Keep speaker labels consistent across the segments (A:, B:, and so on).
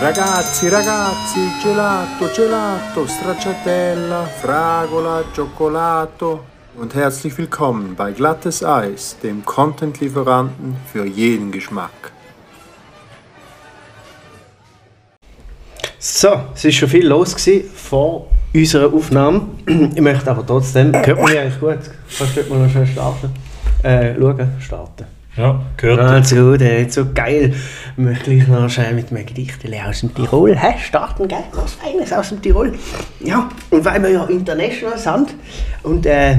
A: Ragazzi, ragazzi, gelato, gelato, stracciatella, fragola, cioccolato und herzlich willkommen bei Glattes Eis, dem Content-Lieferanten für jeden Geschmack.
B: So, es war schon viel los gewesen vor unserer Aufnahme. Ich möchte aber trotzdem, hört man mich eigentlich gut? Kannst du mal noch schnell starten? Äh, schauen, starten.
C: Ja, gehört.
B: Ganz gut, äh, so geil. Ich möchte gleich noch schnell mit einem Gedichtchen aus dem Tirol. Hä, starten, gell? Was Feines aus dem Tirol. Ja, und weil wir ja international sind und äh,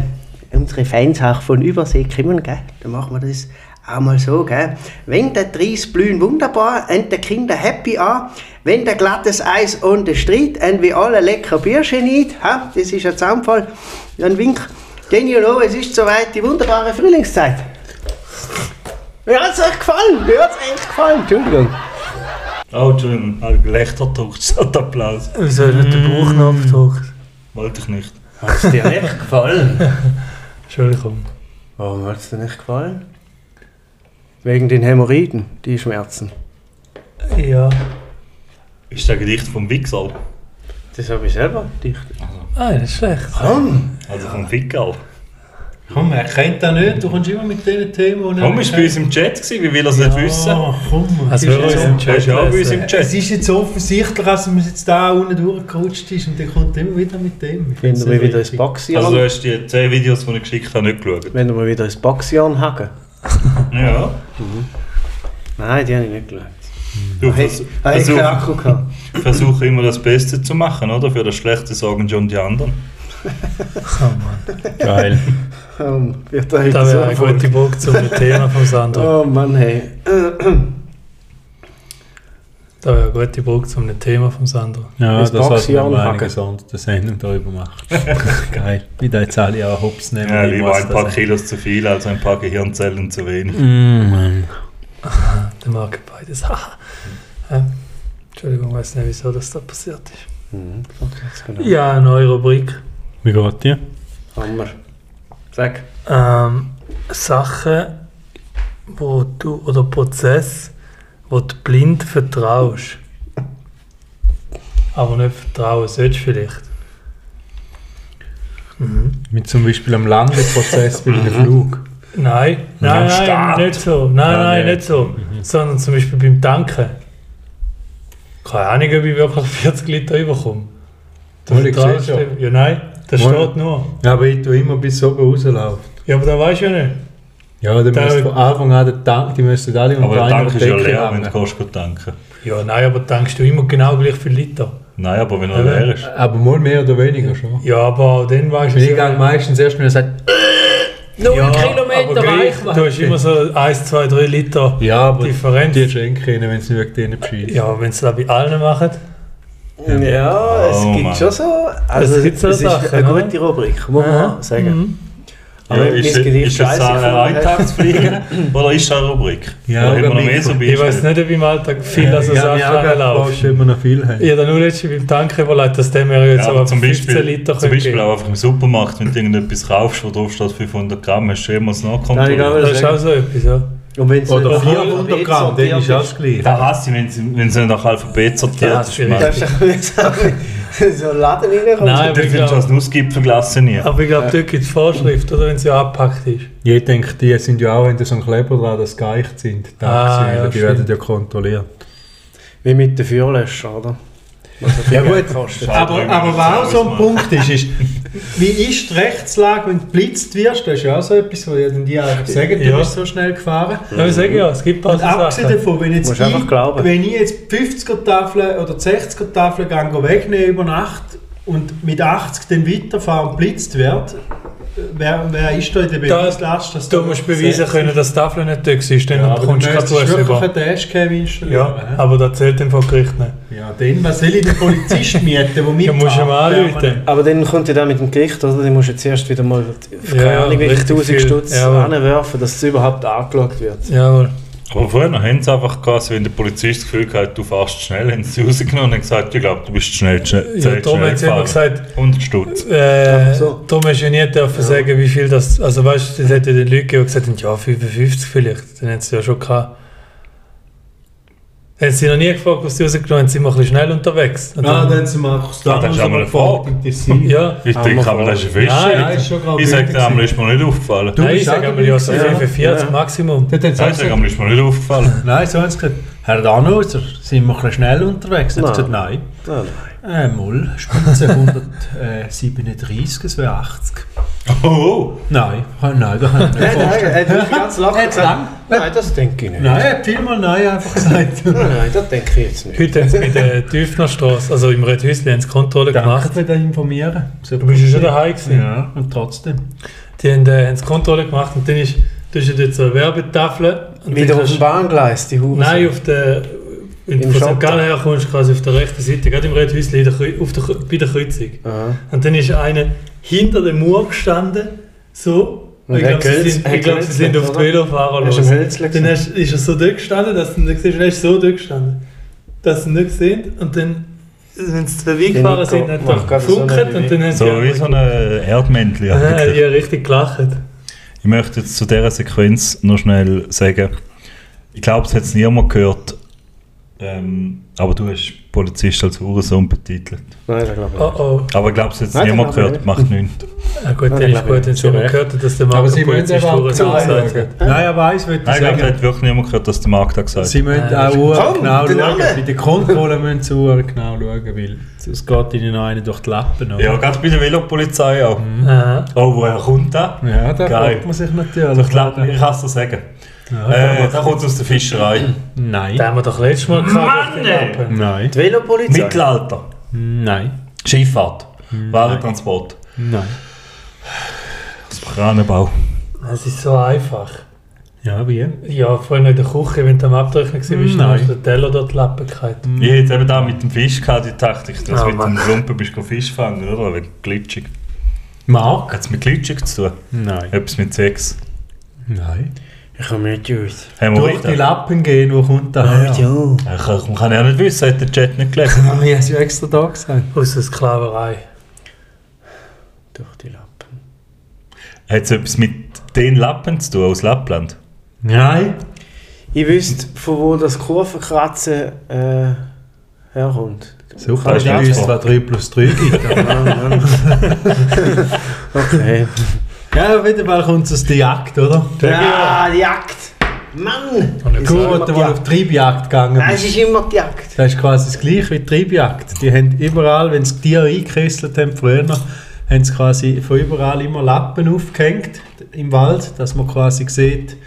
B: unsere Fans auch von Übersee kommen, gell? Dann machen wir das auch mal so, gell? Wenn der Tries blühen wunderbar und der Kinder happy an, wenn der glattes Eis on the street und wie alle lecker Bierchen nicht, hä? Das ist ein Zusammenfall, ein Wink. Denn you know, es ist soweit die wunderbare Frühlingszeit. Mir hat es echt gefallen, mir hat es echt gefallen, Entschuldigung.
C: Oh, Entschuldigung, ein Gelächter taucht statt Applaus.
D: Wieso hat nicht der
E: Mm.
D: Bauchnabel gedruckt?
C: Wollte ich nicht.
B: Hat es dir nicht gefallen?
D: Entschuldigung.
B: Warum hat es dir nicht gefallen? Wegen den Hämorrhoiden, die Schmerzen.
D: Ja.
C: Ist der Gedicht vom Wichsal?
B: Das habe ich selber gedichtet.
D: Ah, das ist schlecht.
B: Komm!
C: Also vom Fickerl.
E: Komm, er kennt das nicht, du kommst immer mit diesen Themen. die er
C: Komm, ist bei uns im Chat gewesen, wie will er es nicht wissen?
E: Ja, komm.
D: Also
E: es
D: wir
E: ist
D: uns
E: so-
D: im
C: Er
D: Chat
C: ist ja auch bei uns im
D: lesen.
E: es
C: Chat.
E: ist jetzt so offensichtlich, dass er jetzt da unten durchgerutscht ist und dann kommt er immer wieder mit dem. Ich
B: Wenn
E: find's
B: du mir
E: nicht
B: wieder ins
E: richtig.
B: Boxion,
C: Also du hast die 10 Videos, die ich geschickt habe, nicht geschaut.
B: wenn du mir wieder ins Boxion hacken.
C: Ja.
B: Nein, die habe ich nicht geschaut.
C: Du
B: Hey,
C: vers
B: hey, ich keinen
C: versuch,
B: Akku gehabt.
C: versuch immer das Beste zu machen, oder? Für das Schlechte sagen schon die anderen.
F: Geil.
B: Ähm, wird da heute
D: Das wäre eine
B: so
D: gute Brücke zum Thema von Sandro.
B: Oh Mann, hey.
D: Das wäre eine gute Brücke zum Thema von Sandro.
F: Ja,
B: Das
F: das, das hat
B: Boxjahr
F: man mal
B: anhaken.
F: eine gesonderte Sendung darüber gemacht. Geil. Wie da jetzt alle auch Hops nehmen.
C: Ja,
F: wie
C: lieber
F: was
C: ein
F: das
C: paar
F: ist.
C: Kilos zu viel als ein paar Gehirnzellen zu wenig.
F: Mm, Mann.
D: Der mag beides. Haha. Ähm, Entschuldigung, ich weiß nicht, wieso das da passiert ist.
B: Mhm, okay, jetzt genau.
D: Ja, eine neue Rubrik.
F: Wie geht dir?
B: Hammer. Sag.
D: Ähm, Sachen, wo du, oder Prozess, wo du blind vertraust. Aber nicht vertrauen solltest vielleicht. Mhm.
F: Mit zum Beispiel am Landeprozess bei einem Flug.
D: Nein, nein,
F: Am
D: nein,
F: Start.
D: nicht so. Nein,
F: Ah,
D: nein,
F: nee.
D: nicht so. Sondern zum Beispiel beim Tanken. Keine Ahnung, ob ich wirklich 40 Liter überkomme.
F: Mal, ich
D: vertraust
F: seh's ja.
D: dem- ja, nein, das
F: Mal.
D: steht nur.
F: Ja, aber ich tue immer bis oben rauslaufen.
D: Ja, aber da weißt du ja nicht.
F: Ja, dann
D: Da-
F: müsst von Anfang an den Tank, die müssen alle
C: Aber der
F: einer
C: Tank ist ja
F: Decke
C: leer, wenn
F: hängen.
C: du kannst gut tanken.
D: Ja, nein, aber tankst du immer genau gleich viel Liter.
C: Nein, aber wenn er
D: Aber-
C: leer ist.
F: Aber mal mehr oder weniger schon.
D: Ja, aber dann weißt du
F: Ich
D: es
F: gehe meistens erst, wenn er sagt,
D: Null ja, Kilometer Du hast immer so 1, 2, 3 Liter
F: ja, aber
D: Differenz.
F: die schenken ihnen, wenn sie wirklich denen bescheiden.
D: Ja, wenn es das bei allen machen.
B: Ja, es
C: Oh,
B: gibt
C: Mann.
B: schon so. Also,
D: Es
B: es,
D: gibt so
B: ist
D: Sachen,
B: eine
D: oder?
B: gute Rubrik, muss man auch sagen.
D: Mhm.
B: Aber
C: Ja,
B: wenn
C: ist,
B: mein Gedicht
C: ist das
B: scheisse
C: eine
B: gefunden hat-
C: Eintagsfliege oder ist das eine Rubrik?
F: Ja,
C: oder haben wir noch
F: Rubrik.
C: mehr so
D: Ich weiß nicht, ob im Alltag viel an so
F: ich habe
D: Sachen
F: mich auch
D: anlaufen.
F: gefragt, ob wir noch viel haben.
D: Ich habe nur letztens beim Tanken überlegt, dass der mir jetzt
C: Ja,
D: aber
C: aber zum
D: 15
C: Beispiel,
D: Liter
C: zum
D: geben
C: Beispiel auch einfach im Supermarkt, wenn du irgendetwas kaufst, wo drauf steht 500 Gramm, hast du schon immer das
B: Nein,
C: nachkontrolliert.
D: Das ist auch so etwas, ja.
B: Und wenn's
F: Oder
B: nicht-
F: 400 Gramm, dann ist auch das Gleiche.
C: Da hasse ich, wenn sie, wenn sie nach Alphabet sortiert
D: Ja,
C: ist.
D: schwierig.
C: Mann.
B: Darfst du nicht so Laden reinkommen?
D: Nein, aber
C: Dann
D: ich
C: findest du
D: glaube,
C: das Nussgipfelglas nie.
D: aber ich glaube, dort gibt es Vorschrift, oder, wenn sie abgepackt ist.
F: Ich denke, die sind ja auch, wenn da so ein Kleber dran, dass sie geeicht sind. Die,
D: Ah,
F: Aktien,
D: ja,
F: die
D: stimmt.
F: werden ja kontrolliert.
B: Wie mit den Feuerlöschern, oder?
F: Ja gut, aber, aber was auch so ein
C: Ausmachen.
F: Punkt ist, ist,
E: Wie ist die Rechtslage, wenn du geblitzt wirst? Das ist ja auch so etwas, wo ja dann die einfach sagen, du
D: Ja.
E: bist so schnell gefahren.
D: Ja, ich sage ja, es gibt ein
E: Und
D: paar so
E: abgesehen
D: Sachen.
E: davon, wenn, jetzt
B: Musst
E: ich,
B: einfach glauben.
E: wenn ich jetzt die 50er-Tafeln oder die 60er-Tafeln gehe wegnehme über Nacht und mit 80 dann weiterfahre und blitzt werde, wer, wer ist da in der
D: Da-
E: Beweislast? dass
D: Du musst beweisen können, dass die Tafel nicht da ist, dann
E: Ja, aber du
D: bekommst du keine
E: müsstest
D: Buße
E: wirklich
D: über.
E: einen Dashcam installieren.
D: Ja,
F: ne?
D: aber das zählt dann vor Gericht nicht.
E: hä? ja, dann, was soll ich den Polizist mieten, der
D: Du
E: mitfährt?
D: musst ihm anrufen.
B: Aber dann kommt ja da mit dem Gericht, oder? Dann musst du jetzt erst wieder mal, keine
D: Ja,
B: Ahnung, welche
D: richtig
B: 1000
D: viel.
B: Stutz
D: Jawohl.
B: reinwerfen, dass es überhaupt angeschaut wird.
D: Jawohl.
C: Aber vorher haben sie einfach quasi, wenn der Polizist das Gefühl hat, du fährst schnell, haben sie rausgenommen und gesagt, ich glaube, du bist schnell, schnell,
D: Ja,
C: schnell,
D: darum
C: schnell
D: hat sie immer gesagt,
C: Und Stutz.
D: Äh,
B: Einfach so.
D: Darum hast du ja nie dürfen sagen, wie viel das. Also weißt du, es hätte ja den Leute gegeben, die gesagt haben, ja, 55 vielleicht. Dann hätten sie ja schon gehabt. Haben sie noch nie gefragt, was sie rausgenommen haben, sind wir ein bisschen schnell unterwegs. Und
E: Ah,
D: dann-
E: dann sind wir auch das
C: das ist auch mal eine Frage.
D: ja.
C: Ich denke aber, das ist eine
D: Nein,
C: Feststellung.
E: das ist schon gerade
C: Ich sage,
E: wichtig.
C: das einmal ist mir nicht aufgefallen.
E: Du
D: Nein, ich
E: bist
D: sage
E: auch
D: einmal, ja, so
E: dabei, ja.
D: 45
B: Ja.
D: Maximum.
E: Dort hat's
C: Nein, ich
E: auch
C: sage einmal, ist mir nicht aufgefallen.
F: Nein, so haben sie gesagt, Herr Danhauser, sind wir ein bisschen schnell unterwegs? Dann haben sie gesagt, nein.
B: Nein,
F: Äh, Moll, Spitze 137, es wäre 80.
C: Oh,
F: Nein, nein, da kann ich nicht
B: nein, nein,
F: vorstellen.
B: er hat wirklich ganz lachen
F: Nicht lang.
B: gesagt. Nein, das denke ich nicht.
F: Nein, er hat vielmal nein einfach gesagt.
B: Nein, nein, das denke ich jetzt nicht.
D: Heute haben sie mit der Tüfnerstraße, also im Redhäusli, haben sie Kontrolle gemacht.
F: Danke für das Informieren.
D: Du bist ja schon daheim gewesen.
F: Ja, und trotzdem.
D: Die haben, äh, haben die Kontrolle gemacht und dann ist zwischen jetzt eine Werbetafel. und
B: Wieder
D: dann
B: auf dem
D: kannst-
B: Bahngleis, die Hure.
D: Nein, auf der. Wenn du
B: Im
D: von
B: Schatten.
D: St. Gallen herkommst, quasi auf der rechten Seite, gerade im Redhäusli, in der Kreu- auf der, Kreu- bei der Kreuzung.
B: Aha.
D: Und dann ist einer hinter dem Mauer gestanden, so.
B: Und
D: ich
B: hat
D: glaube, sie,
B: gehölz-
D: sind-
B: hat
D: ich glaub, sie
B: gehölzelt,
D: sind auf die
B: oder?
D: Velofahrer
B: Hast
D: los.
B: du im Hölzle
D: Dann hast, ist er so dort gestanden, dass du ihn nicht siehst. Er ist so dort gestanden, dass sie ihn nicht sehen. Und dann, wenn sie den Weg
B: Der
D: gefahren
B: Nico
D: sind, hat er
B: macht gerade so eine
D: gefunkelt und dann haben sie
C: so wie so ein Erdmännchen.
D: Aha,
C: eigentlich.
D: Ah, ja, richtig gelacht.
C: Ich möchte jetzt zu dieser Sequenz noch schnell sagen, ich glaube, es hat es niemand gehört, ähm, aber du hast Polizist als Hurensohn betitelt.
B: Nein, das glaube ich
D: Oh
B: nicht.
D: oh.
C: Aber ich glaube, es hat es
B: Nein,
C: niemand
B: das glaub
C: gehört,
B: ich
C: macht nichts.
D: Ah, gut,
B: Nein,
D: dann ist
B: ich glaube
D: gut, jetzt
B: nicht.
D: haben wir gehört, dass der Marco
E: Aber sie müssen
D: Polizist
E: einfach
D: Hurensohn
E: abzahlen.
D: gesagt hat.
F: Nein, er weiß, würde ich
C: Nein, ich glaube, es
F: sagen.
C: hat wirklich niemand gehört, dass der Markt da gesagt
F: Sie
C: hat.
F: müssen
D: Nein,
F: auch Uhr
B: Komm,
F: genau
B: der
F: schauen.
B: Name.
F: Bei den Kontrollen müssen sie Uhr genau schauen, weil sonst geht ihnen noch einer durch die Lappen. oder?
C: Ja, gerade bei der Velopolizei auch.
D: Aha.
C: Oh, woher kommt der?
F: ja da
C: Geil.
F: freut man sich natürlich.
C: Ich glaube, ich kann es dir sagen.
F: Ja,
C: Äh, da kommt aus der Fischerei.
F: Nein.
D: Den haben wir doch letztes Mal gehabt.
C: Mann,
D: auf den
C: ey.
D: Lappen.
F: Nein.
B: Die Velopolizei.
C: Mittelalter,
F: Nein.
C: Schifffahrt, Warentransport,
F: Nein.
C: das Kranenbau.
D: Es ist so einfach.
F: Ja, wie?
D: Ja, vor allem in der Küche, wenn du am Abtrechnen warst, bist, dann
F: Nein.
D: hast du den Teller dort die Lappen gehalten.
C: Ich hätte eben da mit dem Fisch gehabt, die Taktik, dass
D: Ah,
C: du mit
D: Mann.
C: dem Lumpen bist du Fisch fangen, oder? Wegen Glitschig.
F: Mark?
C: Hat es mit Glitschig zu tun?
F: Nein.
C: Etwas mit Sex.
F: Nein.
B: Ich komme nicht raus.
F: Durch die
C: Hämorrhoiden.
F: Lappen gehen, wo kommt da her?
B: Ja.
C: Ich kann- Man kann ja nicht wissen, hat der Chat nicht gelesen.
F: Ja, ich habe ja extra da gesehen.
D: Aus der Sklaverei.
B: Durch die Lappen.
C: Hat es etwas mit den Lappen zu tun, aus Lappland?
F: Nein.
B: Ich wüsste, von wo das Kurvenkratzen äh, herkommt.
F: Super,
C: Das
F: ich
C: ist
F: habe
C: einfach.
F: zwar 3 plus 3 gibt. aber-
B: okay.
F: ja, auf jeden Fall kommt es die Jagd, oder?
B: Ah, die Jagd! Mann!
D: Und jetzt-
B: Wieso
F: Du,
B: immer
F: wo du
B: die
F: mal
B: Jagd?
F: auf die Treibjagd gegangen
B: Nein, es
F: bist.
B: ist immer die Jagd.
F: Das ist quasi das gleiche wie die Treibjagd. Die haben überall, wenn sie Tiere eingekesselt haben früher, haben sie quasi von überall immer Lappen aufgehängt im Wald, dass man quasi sieht,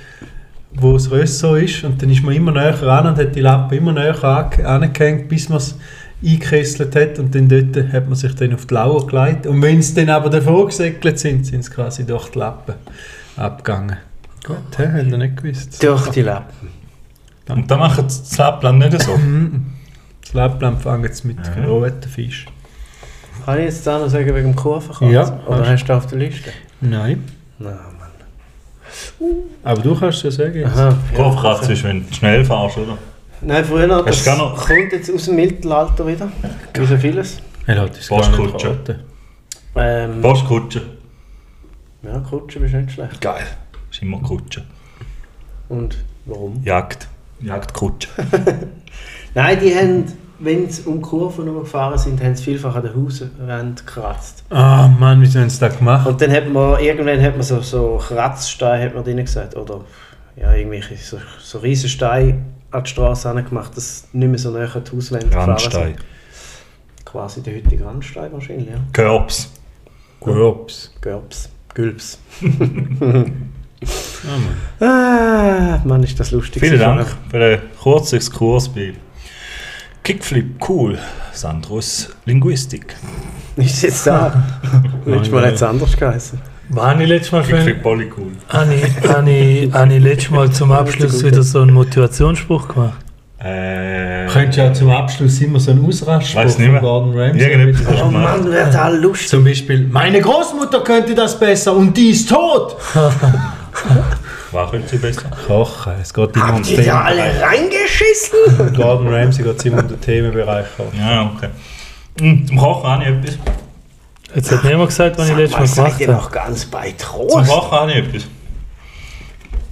F: wo das Rösser ist. Und dann ist man immer näher ran und hat die Lappen immer näher ange- angehängt, bis man es eingekesselt hat. Und dann dort hat man sich dann auf die Lauer gelegt. Und wenn sie dann aber davor gesegelt sind, sind sie quasi durch die Lappen abgegangen. Gut, hä? haben wir nicht gewusst.
B: Durch die Lappen.
C: Und da machen sie das Lappland nicht so.
F: Das Lappland fangen sie mit roten Fisch.
B: Kann ich jetzt da noch sagen wegen dem Kurvenkratzen?
F: Ja.
B: Oder hast du das auf der Liste?
F: Nein.
B: Nein, Mann.
F: Aber du kannst es ja sagen. jetzt.
B: Aha.
C: Kopfkratze ist, wenn du schnell fährst, oder?
B: Nein, früher noch.
C: Hast
B: Das
C: du gar noch-
B: kommt jetzt aus dem Mittelalter wieder. Wie so vieles.
F: Er hat uns
C: Bosch
F: gar nicht
C: Kutsche.
F: geraten.
B: Ähm,
C: Postkutsche.
B: ja, Kutsche bist nicht schlecht.
C: Geil. Ist immer Kutsche.
B: Und warum?
C: Jagd. Jagdkutsche.
B: Nein, die haben, wenn sie um Kurven gefahren sind, haben sie vielfach an der Hauswand gekratzt.
F: Ah Mann, wieso haben sie das gemacht?
B: Und dann hat man, irgendwann hat man so, so Kratzsteine hat man drin gesagt, oder ja, irgendwelche so, so riesen Steine an die Straße gemacht, dass sie nicht mehr so näher an die Hauswände gefahren
C: Randstein.
B: sind. Quasi der heutige Randstein wahrscheinlich, ja.
C: Körbs.
F: Grops.
B: Gülps. Gülps.
F: Ah Mann.
B: Ah, Mann, ist das lustig.
C: Vielen
B: gewesen.
C: Dank für den kurzen Exkurs bei Kickflip Cool, Sandros Linguistik.
B: Ist jetzt da. Letztes Mal hat es anders geheißen.
D: Was habe ich letztes Mal für einen-
C: Kickflip Poly Cool.
D: habe ich, habe ich, habe ich letztes Mal zum Abschluss wieder so einen Motivationsspruch gemacht?
C: Äh,
F: Du könntest ja zum Abschluss immer so einen Ausrastspruch
C: Weiß nicht mehr. genau.
F: von Gordon
C: Irgendetwas
F: Ramsay.
C: hast du
B: Oh
C: gemacht.
B: Mann, wird da lustig.
F: Zum Beispiel, meine Großmutter könnte das besser und die ist tot!
C: Was könnte sie besser?
F: Kochen, es geht immer um
B: Habt ihr da alle reingeschissen?
F: Gordon Ramsay geht immer um den Themenbereich.
C: Ja, okay. Hm, Zum Kochen habe ich etwas.
D: Jetzt hat niemand gesagt, was ich
B: Sag
D: letztes
B: mal,
D: Mal
B: seid ihr
D: gemacht habe.
B: noch ganz bei
C: Zum
B: Trost?
C: Kochen habe ich etwas.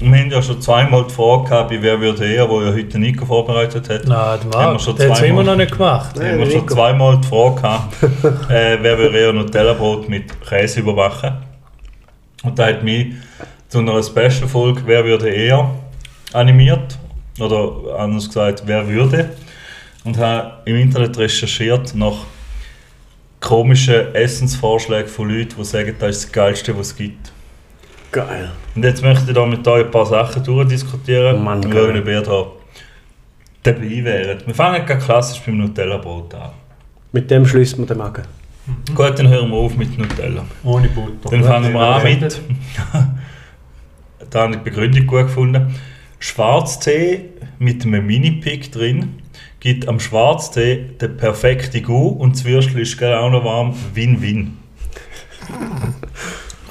C: Wir haben ja schon zweimal die Frage gehabt, bei Wer würde eher, wo ja heute Nico vorbereitet hat.
D: Nein, der
C: Haben wir
D: Marc,
C: schon
D: der hat es
C: zweimal-
D: immer noch nicht gemacht.
C: haben wir schon zweimal die Frage gehabt, äh, wer würde eher Nutella-Brot mit Käse überwachen? Und da hat mich zu einer Special-Folge, wer würde eher, animiert. Oder anders gesagt, wer würde. Und habe im Internet recherchiert nach komischen Essensvorschlägen von Leuten, die sagen, das ist das Geilste, was es gibt.
B: Geil.
C: Und jetzt möchte ich da mit euch ein paar Sachen durchdiskutieren,
B: Mann,
C: und
B: geil.
C: schauen, ob ihr da dabei wären. Wir fangen gerade klassisch beim Nutella-Brot an.
B: Mit dem schließt man den Magen. Mhm.
C: Gut, dann hören wir auf mit Nutella.
E: Ohne Butter.
C: Dann fangen wir an
E: Nein,
C: mit. da habe ich die Begründung gut gefunden. Schwarztee mit einem Mini-Pick drin gibt am Schwarztee den perfekten Gau und das Würstchen ist gleich auch noch warm. Win-Win.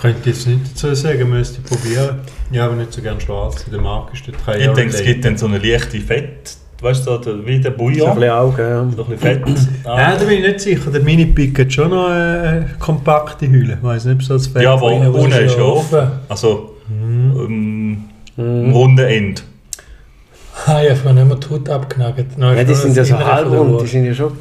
E: Könnte ich jetzt nicht dazu sagen, müsste ich probieren. Ich habe nicht so gerne schwarz, der Markt ist der 3
C: Ich denke, es gibt dann so eine leichte Fett, weißt du, so der- wie der
B: Ja. Ein Äh,
C: Bouillon.
B: bisschen Augen,
C: So ein bisschen Fett. Ah.
E: Nein, da bin ich nicht sicher. Der Mini-Pick hat schon noch eine äh, kompakte Hülle. Ich weiß nicht, ob es als Fan
C: Ja, aber
E: drin
C: ohne ist ja offen.
D: offen.
C: Also, ähm,
E: Mhm.
C: am runden Ende.
D: Ah, ich habe mir nicht mehr die Haut abgenagelt. Nein,
B: ja. ja. Die
D: schon
B: sind ja
D: das
B: so
D: Innere von der
B: halbrund, die
D: Wurst.
B: sind ja schon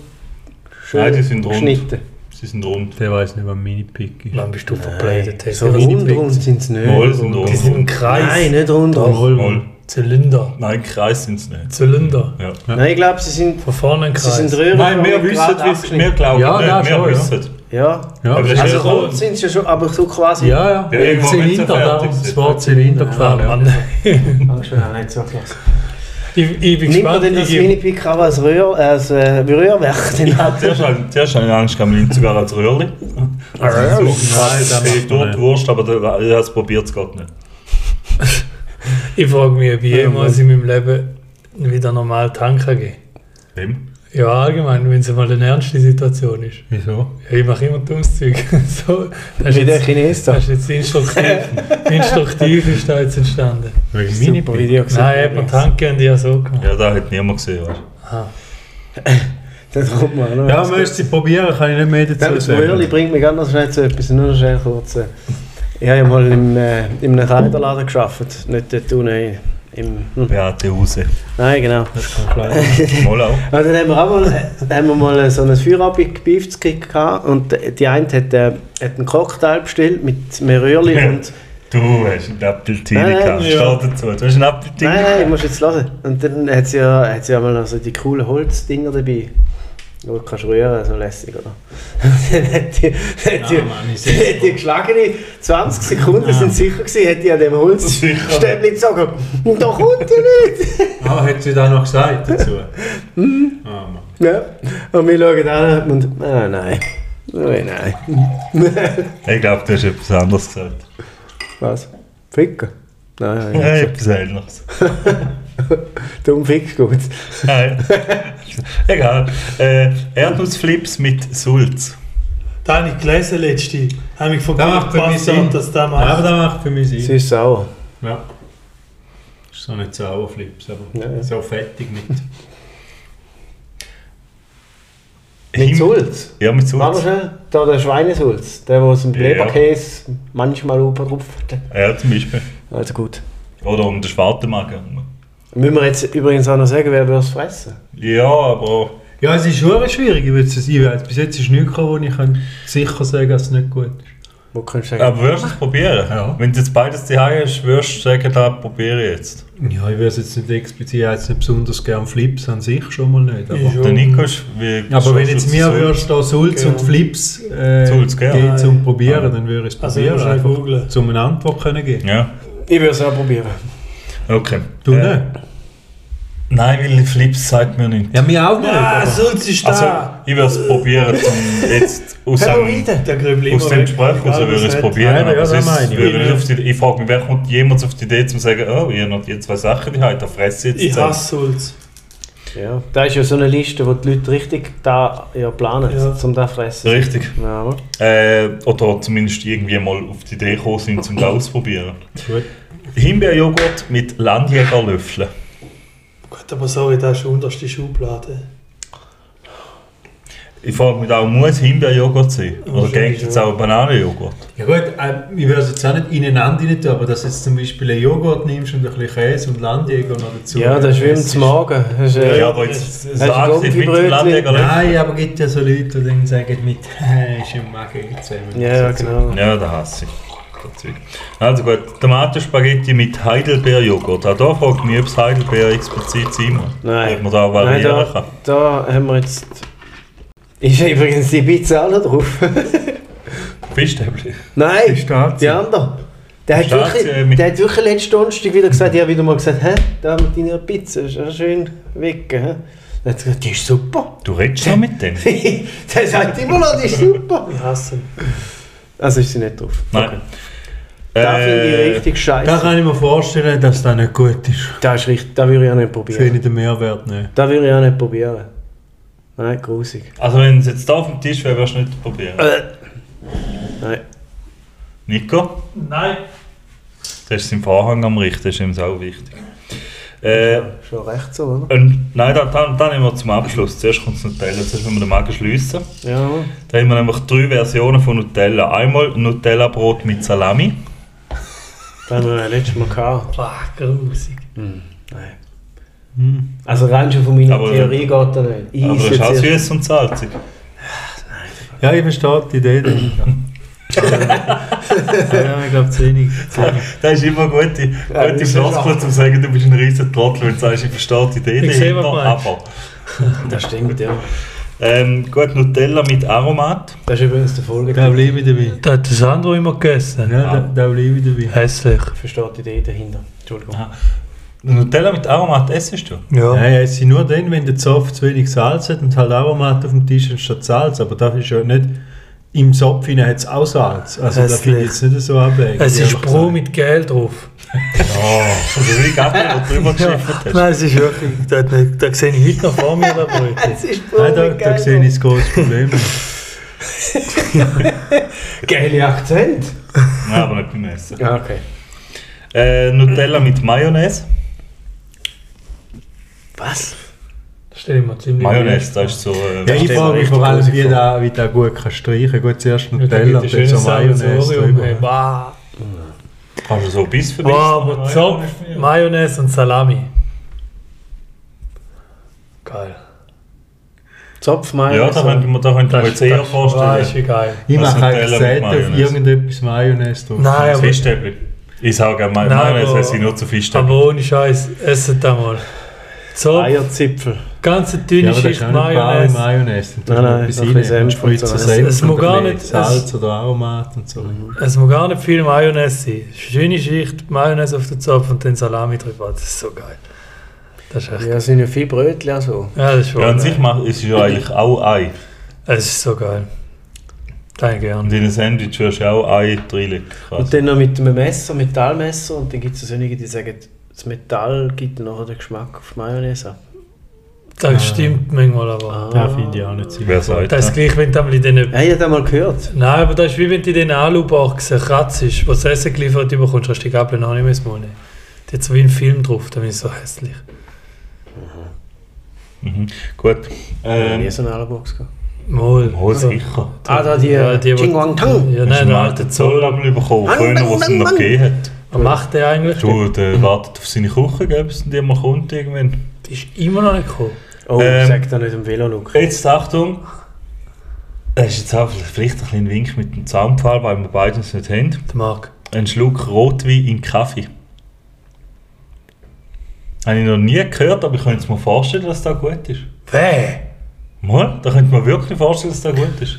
B: schön
C: Nein, die sind rund.
B: geschnitten.
C: Sie sind rund.
E: Der weiß nicht, was ein Mini-Pick ist.
D: Mann, bist du verbreitet. hey.
B: So
D: Die
B: rund,
D: sind-
B: rund sind sie nicht.
C: Mal sind
D: Die sind im
C: rund.
D: Kreis.
B: Nein, nicht rund. rund.
E: Holm.
C: Mal.
D: Zylinder.
C: Nein, Kreis sind sie nicht.
D: Zylinder.
C: Ja.
B: Nein, ich glaube, sie sind,
D: Von vorne ein
B: sie
D: Kreis.
B: sind Röhren.
C: Nein, wir
B: gerade
C: wissen, wie es wir
B: abgeschnitten.
C: glauben.
E: Ja,
C: nicht.
E: nein,
C: wir
E: schon, ja.
C: wissen.
B: Ja,
E: Ja,
C: Aber das
B: also
C: ist ja
B: rund sind sie ja schon, aber so quasi.
E: ja. ja.
C: Ja, irgendwo
E: Zylinder,
C: müssen sie fertig
E: darum
C: sein.
E: das Wort Zylinder
D: Ah,
E: gefallen. Ja.
D: Mann.
B: Angst, wir haben nicht so klasse.
D: Ich, ich bin
B: Nimmt man
D: gespannt.
B: denn das
D: ich-
B: Mini-Pick auch als, Röhr, als äh, Rührwerk? Den
C: Ich habe zuerst, ein- zuerst eine Angst gehabt, man nimmt sogar als Röhrli.
B: Röhrli?
C: Das ist dort die Wurst, aber der- ich habe es probiert, es geht nicht.
D: Ich frage mich, ob ich jemals in meinem Leben wieder normal tanken gehe.
C: Wem?
D: Ja, allgemein, wenn es mal eine ernste Situation ist.
E: Wieso?
D: Ja, ich mache immer dummes Zeug. so, das ist
B: Wie der
D: jetzt,
B: Chines da.
D: das ist jetzt instruktiv, instruktiv ist da jetzt entstanden.
E: Wegen
B: Super
E: Mini-Pick?
B: Video gesehen.
D: Nein, ich habe tanken und ich habe so gemacht.
C: Ja, da hat niemand gesehen. Weißt. du.
B: Das kommt man auch noch.
E: Ja, müsste ich probieren, kann ich nicht mehr
B: Dann
E: dazu
B: das
E: sagen.
B: Röhrli bringt mir ganz noch schnell zu etwas, nur noch schnell kurz. äh, Ich habe ja mal im, äh, in einem Kleiderladen gearbeitet, nicht dort unten im... Hm.
C: Beate Huse.
B: Nein, genau.
C: Mal auch.
B: Also dann haben wir auch mal, äh, haben wir mal äh, so einen Feierabend-Beefs gehabt und äh, die eine hat, äh, hat einen Cocktail bestellt mit mehr Röhrli
C: Ja.
B: und...
C: Du hast einen Appeltini
B: Nein, nein,
C: gehabt.
B: ja.
C: Steh dazu. Du hast einen Appeltini
B: Nein, nein, ich muss jetzt lassen. Und dann hat sie ja, hat sie ja mal noch so die coolen Holzdinger dabei. Wo du kannst rühren, so lässig, oder? dann hat die, hat die, die, hat die geschlagene 20 Sekunden sind sicher gewesen, hat die an dem
C: Sicher.
B: Holzstäbchen gezogen. Und da kommt er nicht!
E: Ah, hat sie da noch gesagt dazu?
B: Mhm.
E: Ah, Mann.
B: Ja. Und wir schauen an und, ah nein. Nein, nein.
C: Ich glaube, du hast etwas anderes gesagt.
B: Was? Ficken? Nein,
C: Ja,
B: nein.
C: etwas anderes.
B: Darum fickst du gut.
C: Nein. Egal. Äh, Erdnussflips mit Sulz.
D: Da habe ich gelesen letzte. Habe mich von
E: Das macht für mich Sinn. Ja, aber das macht für mich
B: Sie
E: Sinn.
B: ist sauer.
E: Ja. Ist so nicht sauer Flips, aber
B: Ja, ja.
E: so fettig mit.
B: Mit
C: Him-
B: Sulz?
C: Ja, mit
B: Warte
C: Sulz.
B: schnell, da der Schweinesulz, der, wo es im
C: Ja.
B: Leberkäse manchmal übertrumpft.
C: Ja, zum Beispiel.
B: Also gut.
C: Oder um den Schwartenmagen.
B: Müssen wir jetzt übrigens auch noch sagen, wer würde es fressen?
C: Ja, aber...
E: Ja, es ist schon schwierig, ich würde es einweisen. Bis jetzt ist nichts gekommen, wo ich kann sicher sagen dass es nicht gut ist.
B: Wo kannst du sagen?
C: Aber würdest du es probieren?
E: Ja.
C: Wenn du jetzt beides zu Hause hast, würdest du sagen, da probiere ich jetzt.
E: Ja, ich würde es jetzt nicht explizit, ich hätte jetzt nicht besonders gern Flips an sich schon mal nicht. Aber,
C: Der Nico ist wie...
E: aber wenn jetzt mir
C: würdest...
E: würdest da Sulz
D: Genau.
E: und Flips äh,
C: Sulz, gell?
E: gehen
C: Ah,
E: zum Probieren, dann würde ich es
D: Also,
E: probieren,
D: ich muss
E: einfach
D: googeln.
E: zum eine Antwort können geben.
C: Ja,
B: Ich würde es auch probieren.
C: okay.
E: Du
C: Äh,
E: nicht?
C: Nein, weil Flips sagt mir nicht.
E: Ja, mir auch nicht. aber-
D: sonst Ah, ist
C: Also, ich würde es probieren, um jetzt aus
F: also,
C: dem,
D: Der Grübli
C: aus dem Gespräch raus würde ich es probieren.
E: Ja, ja,
C: aber
E: das
C: sonst
E: meine ich.
C: würde ich, nicht auf die, ich frage mich, wer kommt jemals auf die Idee, zu sagen, oh, ihr habt die zwei Sachen, die heute fresse ich jetzt.
D: Ich hasse Sulz.
B: Ja, da ist ja so eine Liste, wo die Leute richtig da ja, planen,
D: Ja.
B: um das zu fressen.
C: Richtig.
B: Ja, aber.
C: Äh, oder zumindest irgendwie mal auf die Idee gekommen sind, um das auszuprobieren.
E: Gut.
C: Himbeerjoghurt mit Landjägerlöffeln.
D: Gut, aber sorry, das ist die unterste Schublade.
C: Ich frage mich auch, muss Himbeerjoghurt sein? Oder geht jetzt auch Bananenjoghurt?
E: Ja gut, äh, ich würde es jetzt auch nicht ineinander rein tun, aber dass du jetzt zum Beispiel einen Joghurt nimmst und ein bisschen Käse und Landjäger noch dazu. äh,
D: Ja, das schwimmt im Magen. Das ist, äh,
C: Ja, aber jetzt
D: hast du
C: sagst du, ich bin
D: Gurkenbrötchen?
C: Landjäger.
E: Nein, aber gibt ja so Leute, die dann sagen mit, äh, ist im Magen zusammen.
D: ja, genau.
C: Ja, da hasse ich. das Zeug. Also gut, Tomatenspaghetti mit Heidelbeerjoghurt. Auch da fragt mich, ob es Heidelbeer explizit sein muss.
D: Nein.
C: Ob man da
D: Nein,
C: variieren
D: da,
C: kann.
D: da haben wir jetzt. Ist übrigens die Pizza auch noch drauf.
C: Fischstäbli.
D: Nein,
F: Die Stazi.
D: die andere. Der hat,
C: Stazi
D: wirklich,
C: mit-
D: der hat wirklich letzten Donnerstag wieder gesagt, ich habe wieder mal gesagt, hä, da mit deiner Pizza, ist auch schön weg, hä? Dann hat er gesagt, die ist super.
C: Du redest ja mit dem.
D: der sagt immer noch, die ist super. Ich hasse ihn. Also ist sie nicht drauf.
C: Nein.
D: Da finde ich
C: Äh,
D: richtig
F: Da
D: scheiße.
F: kann ich mir vorstellen, dass das nicht gut ist.
D: Da ist richtig, da würde ich auch nicht
F: Sehe
D: probieren.
F: ich den Mehrwert nicht.
D: Da würde ich auch nicht probieren. Nein, grusig.
C: also wenn es jetzt da auf dem Tisch wäre, würdest du nicht probieren.
D: Äh. Nein.
C: Nico,
D: Nein.
C: das ist sein Vorhang am Richten, ist ihm auch wichtig. Äh,
D: Schon recht so, oder?
C: und, nein, dann, dann, dann nehmen wir zum Abschluss. Zuerst kommt das Nutella, zuerst müssen wir den Magen schliessen.
D: Ja.
C: Da haben wir nämlich drei Versionen von Nutella. Einmal Nutella-Brot mit Salami.
D: Das haben wir ja letztes Mal gehabt.
E: Boah, grusig.
D: Nein. Also rein schon von meiner
C: Aber-
D: Theorie geht da nicht. Ich
C: Aber das
D: esse
C: ist auch
D: jetzt erst-
C: süß und salzig.
F: Ja, ich verstehe die Idee. dahinter. ja, ich glaube, zu wenig. Zu wenig.
C: Das ist immer eine gute, gute
D: das ist
C: Floskel, zu sagen, du bist ein riesen Trottel, wenn du sagst, ich verstehe die Idee
D: Ich sehe, was
C: dahinter,
D: du meinst.
C: aber...
D: Das stimmt, ja.
C: Ähm, gut, Nutella mit Aromat.
D: Das ist übrigens der Folge.
F: Da bleibe ich dabei.
D: Da hat das andere immer gegessen. Ah,
F: Ja, da, da bleibe ich dabei.
D: Hässlich. Versteht die Idee dahinter. Entschuldigung.
C: Nutella mit Aromat essest du?
F: Nein, ja, es ist nur dann, wenn der Zopf zu wenig Salz hat und halt Aromat auf dem Tisch anstatt Salz. Aber das ist ja nicht... Im Zopf hinein hat es auch Salz. Also da finde ich jetzt nicht so abwegig.
D: Es ist
F: ehrlich gesagt.
D: Brot mit Gel drauf.
C: Ja. Also wie Gattel, der drüber geschifft hast.
D: es ist wirklich. Da, da, da sehe ich heute noch vor mir den Brötchen.
F: Nein, da, da sehe ich das große Problem.
D: Geile Akzent.
C: Nein, aber nicht beim Essen.
D: Ja, okay.
C: Äh, Nutella mit Mayonnaise.
D: Was?
E: Das stelle ich mir ziemlich
C: Mayonnaise, das ist so... Äh,
F: Ja, ich
D: Verstehe
F: frage mich
D: richtig
F: vor allem,
D: große
F: wie
D: Frage.
F: da, wie da gut kann streichen kann. Gut, zuerst
E: Nutella
F: Nutella und dann so Mayonnaise drüber.
E: Wow.
C: Kannst du so bis für bis
D: Wow, aber Zopf, Mayonnaise und Salami. Geil. Zopf,
C: Ja,
D: Mayonnaise.
C: da könnte man da könnte man
D: also, das,
C: jetzt eher
D: das, ah, ist
C: vorstellen.
D: wie geil.
F: Ich
C: Was
F: mache eigentlich
C: Nutella mit
F: selten auf
C: Mayonnaise?
F: irgendetwas Mayonnaise drauf.
D: Nein, aber,
C: Fischstäbli. Ich sage gerne May-
D: Nein,
C: Mayonnaise,
D: aber-
C: esse ich nur zu Fischstäbli.
D: aber ohne Scheiß, essen da mal. Zopf,
B: Eierzipfel.
D: ganz eine dünne
F: Ja, aber das ist
D: Schicht
F: auch nicht bare
D: Mayonnaise.
F: Mayonnaise.
B: Nein, nein, noch ein bisschen Senf
F: Spritzer
B: und so.
F: Senf
D: Es- es
F: und
D: muss
F: ein
D: gar
F: bisschen
D: nicht-
F: Salz oder Aromat und so.
D: Es muss gar nicht viel Mayonnaise sein. Schöne Schicht Mayonnaise auf den Zopf und dann Salami drüber. Das ist so geil. Das ist echt geil.
B: Ja, sind ja viele Brötchen auch so.
D: Ja, das ist schon
C: Ja, an
D: geil.
C: sich mache, ist ja eigentlich auch Ei.
D: Es ist so geil. Danke
C: Und
D: gern.
C: in ein Sandwich wirst du auch Ei reinlegen.
B: Und dann noch mit einem Messer, Metallmesser. Und dann gibt es so einige, die sagen, das Metall gibt dann nachher den Geschmack auf Mayonnaise ab.
D: Das stimmt manchmal aber.
C: Ah.
F: Das finde ich auch nicht sinnvoll.
C: Wer sagt
D: Das ist
C: das?
D: gleich, wenn du einmal in den
B: Ja, ich habe das mal gehört.
D: Nein, aber das ist wie wenn du in den Aluboxen kratzt, was Essen geliefert bekommst, hast du die Gabel noch nicht mehr ins Maul nehmen. Die hat so wie ein Film drauf, da bin ich so hässlich.
C: Mhm. Gut.
B: Ich habe nie
C: Ähm,
B: so eine Alubox gehabt.
D: Maul.
C: oh, sicher.
B: Ah, da die,
D: Ja, die, die-
B: Chingwang Tang.
D: Ja,
C: Hast
D: nein,
C: du
D: der
C: mal
D: alte
C: den
D: Zoll.
C: Zollabel bekommen, früher, wo es ihn noch gegeben hat.
D: Was macht der eigentlich?
C: Du, der wartet auf seine Küche, gell, bis die mal kommt irgendwann.
D: Die ist immer noch nicht gekommen.
B: Oh,
C: Ähm, Äh,
B: sag da nicht im Velo, Luke.
C: Jetzt Achtung! Das ist jetzt auch vielleicht ein kleiner Wink mit dem Zaunpfahl, weil wir beides nicht haben.
D: Der Marc.
C: Ein Schluck Rotwein in Kaffee. Habe ich noch nie gehört, aber ich könnte es mir vorstellen, dass das gut ist.
D: Weh!
C: Mal, da könnte man wirklich vorstellen, dass das gut ist.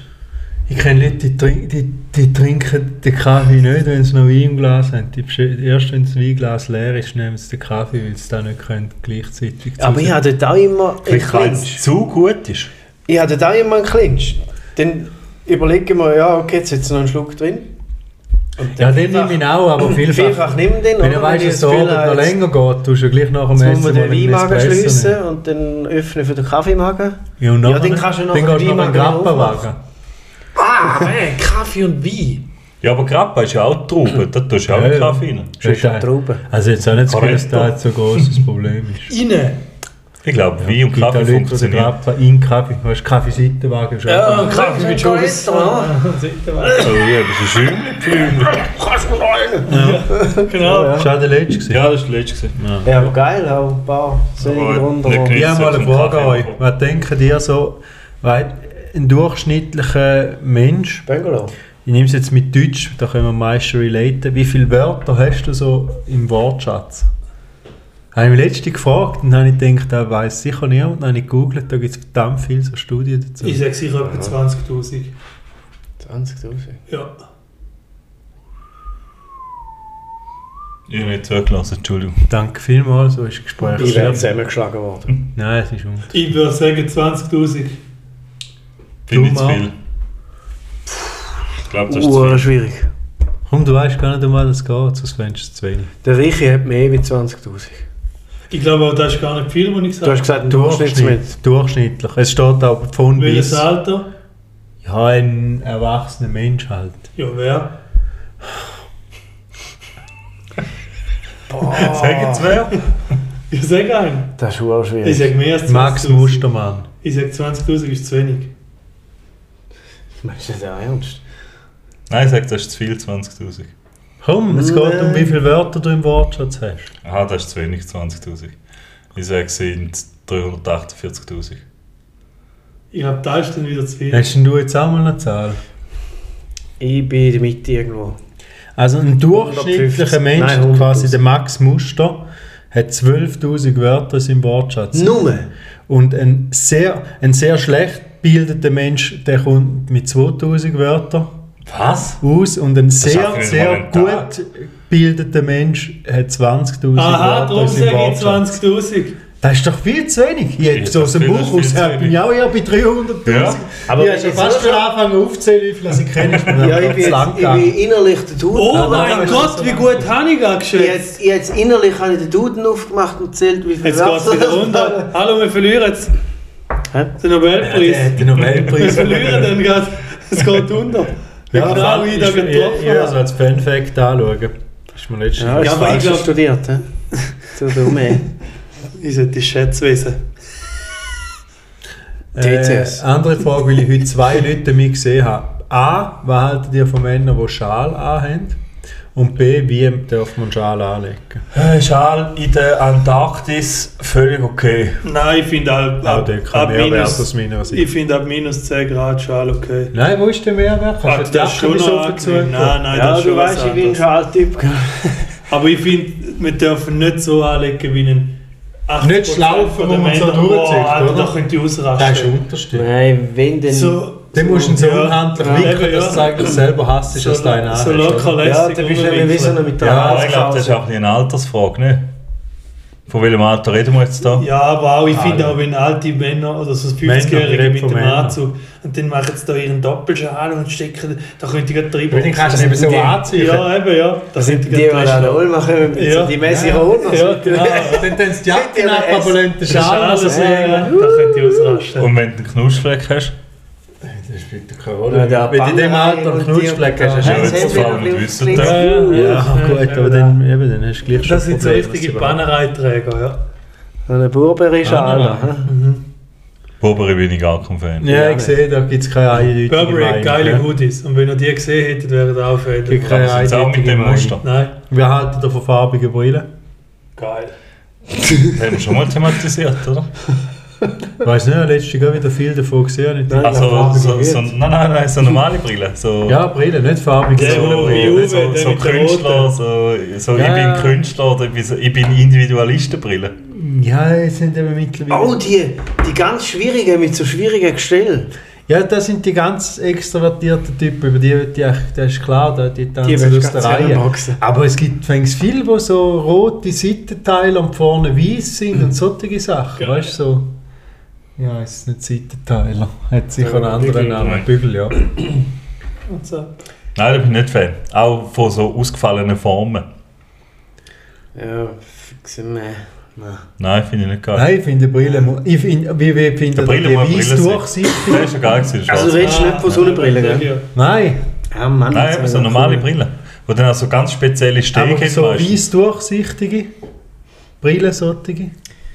F: Ich kenne Leute, die, trink, die, die trinken den Kaffee nicht, wenn sie noch Wein im Glas haben. Die bestell- erst wenn das Weinglas leer ist, nehmen sie den Kaffee, weil sie da nicht können, gleichzeitig zu
B: Aber ich habe dort auch immer einen
C: Vielleicht, weil es
B: Clinch.
C: zu gut ist.
B: Ich habe dort auch immer einen Clinch. Dann überlege ich mir, ja, okay, jetzt ist noch einen Schluck drin. Und
F: Ja,
B: dann
F: den nehme ich ihn auch, aber vielfach.
B: Vielfach nehmen wir den,
F: Wenn
B: oder?
F: du weißt,
B: Wenn
F: dass
B: ich
F: es
B: das Gefühl
F: abends noch
B: habe, jetzt-
F: länger geht, tust du gleich nach dem
B: Jetzt muss man den
F: mal einen
B: Weinmagen
F: Espresso
B: schliessen
F: nehmen.
B: und dann öffnen für den Kaffeemagen.
F: Ja, und
B: Ja,
F: nachher-
B: dann kannst du noch
F: dann
B: den
F: gehst du noch einen
B: Weinmagen
F: Grappenwagen.
D: Ah, weh! Kaffee und Wein!
C: Ja, aber Grappa ist ja auch Trauben, da tust du auch
F: Ja, ja.
C: einen Kaffee rein.
F: Das ist
B: Trauben.
F: Also jetzt auch nicht das Gefühl, dass
C: Corretto.
F: das so ein grosses Problem ist.
D: Innen!
C: Ich glaube, Wein und
F: Gibt auch
C: Kaffee
F: Leute, die den
C: funktionieren.
F: Kaffee in Kaffee. Weißt du, Kaffeeseitenwagen schon.
D: Äh,
G: Ja, und Kaffee mit Schuss.
C: Oh, ja, das ist ein Schümmel, Blümel.
G: Genau.
F: Das war auch der letzte. gewesen.
C: Ja, das war der letzte. gewesen. Ja.
B: Ja, aber geil, auch ein paar Segen runter.
C: nicht
F: Ich habe mal eine
C: Zum
F: Frage an
C: Kaffee
F: euch.
C: machen.
F: Was denken ihr so, weit ein durchschnittlicher Mensch,
B: Bungalow.
F: ich nehme es jetzt mit Deutsch, da können wir am meisten relaten, wie viele Wörter hast du so im Wortschatz? Habe ich mich letztens gefragt und habe ich gedacht, das weiss sicher niemand. Dann habe ich gegoogelt, da gibt es verdammt viele so Studien dazu.
D: Ich sage sicher etwa 20.000.
B: 20.000.
D: Ja.
C: Ich habe nicht zugelassen, Entschuldigung.
F: Danke vielmals, so ist das Gespräch.
B: Ich wäre
F: gescheitert.
B: zusammengeschlagen worden.
F: Nein, es ist um.
D: Ich würde sagen 20.000.
C: Finde ich
F: Du
C: zu
F: mal.
C: viel. Ich glaube, das ist zu viel.
B: schwierig.
F: Komm, du weißt gar nicht, um was es geht, sonst fändest du es zu wenig.
B: Der Reiche hat mehr wie 20.000.
D: Ich glaube, aber das ist gar nicht viel, was ich
B: Du hast
D: sage.
B: gesagt, ein Durchschnittsmittel.
F: durchschnittlich. Es steht auch von
D: Welches
F: bis.
D: Alter?
F: Ja, ein erwachsener Mensch halt.
D: Ja, wer?
C: Sag jetzt wer?
D: Ich sage einen.
B: Das ist auch schwierig.
D: Ich sage mehr als 20.000.
F: Max Mustermann.
D: Ich sage 20.000 ist zu wenig.
B: Meinst du das auch ernst?
C: Nein, sag, das ist zu viel, 20.000.
F: Komm, es geht um
B: Nein.
F: wie viele Wörter du im Wortschatz hast.
C: Aha, das ist zu wenig, 20.000. Ich sage, es sind 348.000.
D: Ich glaube, da ist dann wieder zu viel.
F: Hast denn du jetzt auch mal eine Zahl?
B: Ich bin in der Mitte irgendwo.
F: Also ein durchschnittlicher
B: 150.
F: Mensch,
B: Nein, 100.000.
F: quasi der Max Muster, hat 12.000 Wörter in seinem Wortschatz.
B: Nummer?
F: Und ein sehr, ein sehr schlecht gebildeter Mensch, der kommt mit 2.000 Wörtern
C: Was?
F: aus und ein
C: schaffen wir
F: sehr,
C: nicht
F: sehr
C: mal einen Tag.
F: gut gebildeter Mensch hat 20.000
D: Aha,
F: Wörter in
D: darum
F: seinem
D: sage ich
F: Wortschatz.
D: 20.000.
F: Das ist doch viel zu wenig. Ich hätte
C: Ich
F: so aus dem
C: finde,
F: Buch
C: das
F: aus
C: ist viel zu
F: ich bin
C: wenig.
F: ja auch eher bei 300.000.
C: Ja.
F: Aber ich habe
B: wenn
F: schon
B: ich
F: fast
B: so-
F: schon angefangen aufzählen, wie viel ich kenne. Ich bin
B: Ja, ich bin,
F: zu lang
B: jetzt, ich bin
F: gegangen.
B: innerlich der Duden.
D: Oh
F: Aber
D: mein
F: nein,
D: Gott, wie gut habe ich angeschätzt.
B: Jetzt, jetzt innerlich habe ich den Duden aufgemacht und zählt, wie viel
D: Jetzt geht es wieder
B: das
D: runter. Hallo, wir verlieren jetzt
B: Hä?
D: den
F: Der
D: Nobelpreis.
F: hat den
D: Wir
F: Nobelpreis
D: verlieren dann gerade. Es geht unter.
F: Ja,
D: genau,
F: Fun-
D: wie ich da
F: ist-
D: getroffen
F: ja,
D: habe.
F: also als Fun-Fact anschauen. Das ist mir letztes
B: Ja, ja
D: aber
B: aber
D: ich
B: ich
D: glaub-
B: studiert, hä? So dumm, ey.
D: Ich sollte Schätzwesen.
B: TCS.
F: Äh, andere Frage, weil ich heute zwei Leute mich gesehen habe. A, was haltet ihr von Männern, die Schal anhaben? Und B, wie darf man Schal anlegen?
D: Äh,
C: Schal in der Antarktis, völlig okay.
D: Nein, ich finde halt
F: Auch
D: ab,
F: der kann
D: ab
F: mehr Wert
D: minus,
F: aus meiner
D: ich
F: Sicht.
D: finde ab minus 10 Grad Schal okay.
F: Nein, wo ist der Mehrwert?
D: Ah,
F: Kannst du
D: das ist schon noch angenehm. Nein, nein, das
B: Ja,
D: ist schon
B: du
D: was
B: weißt, ich bin ein
D: anderes.
B: Schaltyp.
D: Aber ich finde, wir dürfen nicht so anlegen wie ein 80%
F: Nicht schlaufen,
D: von
F: wo
D: den
F: man so
D: Männern.
F: durchzieht,
D: Boah, Alter,
F: oder?
D: da könnt ihr
F: Das ist
D: ausrasten.
F: unterschiedlich.
B: Nein, wenn denn.
D: So,
F: Dann musst du ihn so
D: Ja.
F: unhandlich
D: Ja.
F: wickeln,
D: Eben, ja.
F: dass du eigentlich selber hasst, ist, dass
D: so,
F: du einen
D: so
F: anhast,
D: locker
F: oder?
D: lässig
B: ja, du bist ja wie
D: rumwickeln.
B: Wissen mit der
F: Ja,
C: Aber ich glaube, das ist auch ein bisschen eine Altersfrage, ne? Von welchem Alter reden wir jetzt da?
D: Ja, aber auch, ich
F: Ah,
D: finde
F: ja.
D: auch, wenn alte Männer oder so
F: Männer, ich
D: 50-Jährige
F: rede
D: mit
F: von
D: dem
F: Männern.
D: Anzug und dann machen sie da ihren Doppelschal und stecken, da könnte ich gerade drüber.
F: Weil dann kannst du ihn eben so anziehen.
D: Ja, eben, ja. Da
B: Das sind die,
D: könnte
B: die
D: ich
B: wir
D: gerade
B: an der
D: drüber.
B: Ulm machen, mit
D: Ja.
B: so die Messi Roten.
D: Ja,
F: Genau,
D: genau.
F: dann tanzt die Jacken
B: Ja,
F: ab, aber lässt den Schal
D: Schal,
F: alles
D: also,
F: hängen.
D: ja, ja, da könnte ich ausrasten.
C: Und wenn du einen Knuschfleck hast?
F: Das spielt doch keine
B: Ja, der
F: Wenn du in dem Alter einen
B: und die-
F: Knutschfleck hast, hast du
C: Ja,
F: ja
C: jetzt
F: jetzt
C: die Frauen nicht wissen.
F: Ja, ja, ja, gut, aber dann, eben, dann hast du gleich schon
D: Das sind so
F: Probleme,
D: richtige
F: dass du-
D: Bannereiträger, ja.
B: So eine Burberry-Schal.
F: Ah,
B: hä?
C: Burberry bin ich gar kein Fan.
F: Ja, ich sehe, da gibt es keine eindeutige
D: Burberry hat
F: Meinung,
D: geile
F: ja.
D: Hoodies und wenn ihr die gesehen hättet, wäre ihr auch
F: Ich
D: verändert.
F: kann-
C: Aber sind auch mit dem Muster.
D: Nein?
F: Wir halten da von farbigen Brillen.
D: Geil.
C: Das haben wir schon mal thematisiert, oder?
F: Ich weiss nicht, ich habe letztens auch wieder viel davon gesehen.
B: Nein,
C: Also,
B: farbige
C: so,
B: geht's.
C: so, nein, nein, nein, so normale Brille. So,
F: Ja, Brillen, nicht farbige
D: Der,
F: Brillen.
D: wo
C: so,
D: bei Juve,
C: so,
D: der
C: so
D: mit der
C: Künstler,
D: roten.
C: so, so
F: Ja,
C: ich bin
F: ja.
C: Künstler oder ich bin, so- ich bin Individualistenbrille.
F: Ja, es sind eben mittlerweile...
B: Oh, die, die ganz schwierigen mit so schwierigen Gestellen.
F: Ja, das sind die ganz extrovertierten Typen, über die, die, das ist klar, da- die tanzen
B: würdest
F: aus der
B: ganz gerne
F: Reihe.
B: boxen.
F: Aber es gibt fängs viele, die so rote Seitenteile und vorne weiß sind und solche Sachen,
C: Genau.
D: Ja.
F: weißt du, so. Ja, es ist nicht Seitenteiler, hat sicher einen
D: Ja,
F: anderen
D: Bügel.
F: Namen, Bügel, ja.
D: Und so.
C: Nein, da bin ich nicht Fan. Auch von so ausgefallenen Formen.
B: Ja, fix, nein. Nein.
C: Nein, finde ich nicht geil.
F: Nein, ich finde Brille, mu- ich finde, wie, wie
C: Eine
F: finde ich
C: Brille
F: die
C: muss eine
F: weiß
C: Brille sein.
F: durchsichtig?
C: Das ist ja geil gewesen,
B: Also, du
C: schwarz.
B: redest nicht von Sonnenbrillen, gell?
F: Nein,
B: Ah, Mann.
C: Nein,
B: das
C: eben
B: ist
C: so
B: ja
C: normale
B: cool.
C: Brille. Wo dann auch so ganz spezielle Stege
F: aber
C: hat,
F: so
C: weißt du.
F: weiß durchsichtige Brille, solche.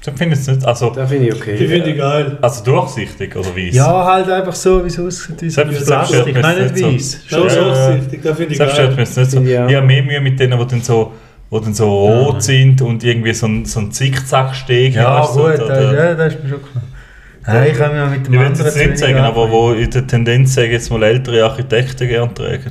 C: Das finde ich nicht. Also,
B: Das finde ich
E: Die
B: okay.
E: finde ich geil.
C: also durchsichtig oder weiß?
F: Ja, halt einfach so, wie es aussieht. wie es
C: Selbst
F: ist.
C: das stört mich
F: Nein,
C: jetzt
F: nicht
C: nicht so.
F: weiß.
E: Schon
C: Ja.
E: durchsichtig, das finde ich
C: Selbst stört
E: geil.
C: mich das nicht so.
B: Ja.
C: Ich habe mehr Mühe mit denen, die dann so, die dann so rot sind und irgendwie so ein, so ein Zickzacksteg
F: Ja,
C: hast und-
F: gut, das,
C: oder-
F: ja, das ist mir schon klar. Nein, ich kann mir mit dem
C: Ich will
F: anderen
C: es jetzt
F: zu
C: nicht
F: wenig
C: sagen, aber
F: anfangen.
C: wo in der Tendenz sage ich jetzt mal ältere Architekten gerne tragen.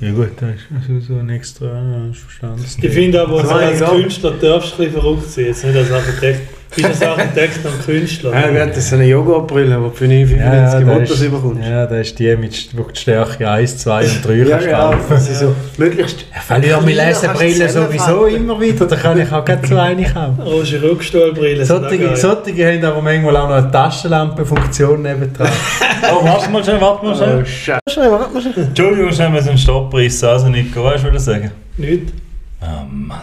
F: Ja gut, das ist also so ein extra, ja, das ist verstanden.
E: Ich finde aber,
B: Das
E: so
B: meine
E: als
B: ich auch.
E: Künstler darfst du ein bisschen verrückt sein, jetzt nicht als Architekt. Bist als Architekt und Künstler.
B: Ja, gut, das ist eine Yoga-Brille, die für
F: Ja,
B: 95
F: das
B: Motors
F: ist,
B: überkommst.
F: ja, das ist die, mit, wo die Stärke 1, 2 und 3
B: Ja,
F: kannst
B: ja,
F: kaufen.
B: das ist so. Möglichst.
F: Ich verliere meine
B: Kleiner kannst du
F: Lesebrille sowieso
B: zusammenfalten.
F: immer wieder, da kann ich auch gleich so eine kaufen.
E: Roger Rückstuhlbrille. sind auch
F: Solche,
E: geil.
F: solche haben aber manchmal auch noch eine Taschenlampenfunktion nebendran.
C: Oh, warte mal schnell, warte mal schnell.
B: Scheiße.
C: Entschuldigung, schnell, wir sind Stopppreis. Also Nico, weißt du, was ich sagen?
E: Nicht.
C: Ah Mann.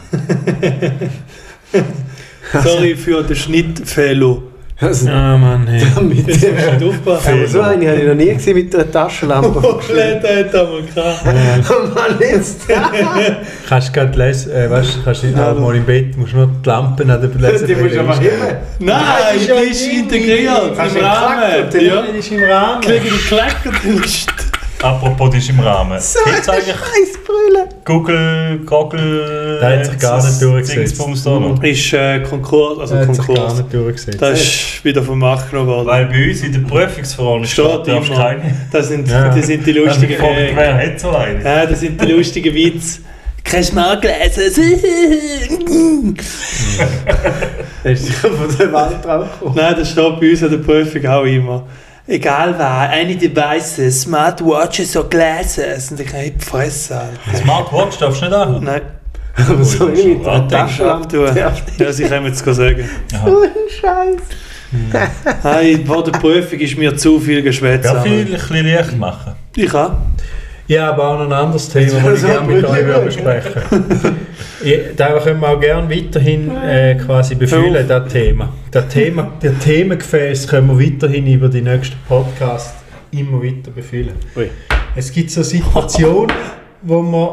E: Sorry für den Schnitt, Fellow.
B: Also,
F: Ah Mann, hey.
B: mit
E: Jetzt
B: dem,
E: musst du nicht aufpassen.
B: aber so eine habe ich noch nie gesehen mit einer Taschenlampe.
E: Hochlädt hat er mal gehabt.
B: Mann, jetzt.
F: Kannst du gerade lesen, äh, weißt du, kannst nicht
B: Ja,
F: auch mal im Bett, musst nur die Lampen an der
B: Die musst du
F: Lesebrille
B: aber
F: einstellen.
B: hin.
E: Nein, die ist integriert. Im
B: Hast du den
E: Rahmen.
B: Klacker?
E: Ja.
F: ist im Rahmen.
E: Kriegen die Klecker
C: Apropos, das ist im Rahmen. Gibt's eigentlich Google, Google...
F: Der hat sich gar nicht durchgesetzt.
C: Dingsbums da noch?
E: Ist äh, Konkurs, also
F: Das hat sich gar
E: Konkurs.
F: nicht durchgesetzt.
E: Das ist wieder vom Mach genommen worden.
C: Weil bei uns in der Prüfungsverordnung
E: Steht
C: steht, darfst
E: immer.
C: keine...
E: Das sind,
F: Ja.
E: das sind die
C: Ich habe mich
E: lustigen
C: gefragt,
E: äh,
C: wer hat so eine?
E: ja, das sind die lustigen Witze. Kannst du mal lesen?
B: Das ist von der Wand draufgekommen.
E: Nein, das steht bei uns an der Prüfung auch immer. Egal was, eine Devices, Smartwatches oder Glasses. Und ich kann nicht fressen, Alter.
C: Smartwatch darfst du nicht an?
E: Nein,
B: Aber so
C: das ist
B: eine mit
C: schon
B: einer
E: Taschenlampe.
B: Taschenlampe. Ja.
E: Ja, sie können jetzt gar sagen.
B: So ein Scheiß.
E: Hey, vor der Prüfung ist mir zu viel geschwätzt.
C: Ja, viel ein
E: Alter.
C: bisschen leicht machen.
E: Ich auch.
F: Ja, aber auch noch ein anderes Thema, das ich gerne mit euch würde besprechen ja, Da können wir auch gerne weiterhin äh, quasi befüllen, das Thema. Das Thema, das Themengefäß können wir weiterhin über die nächsten Podcasts immer weiter befüllen.
B: Ui.
F: Es gibt so Situationen, wo man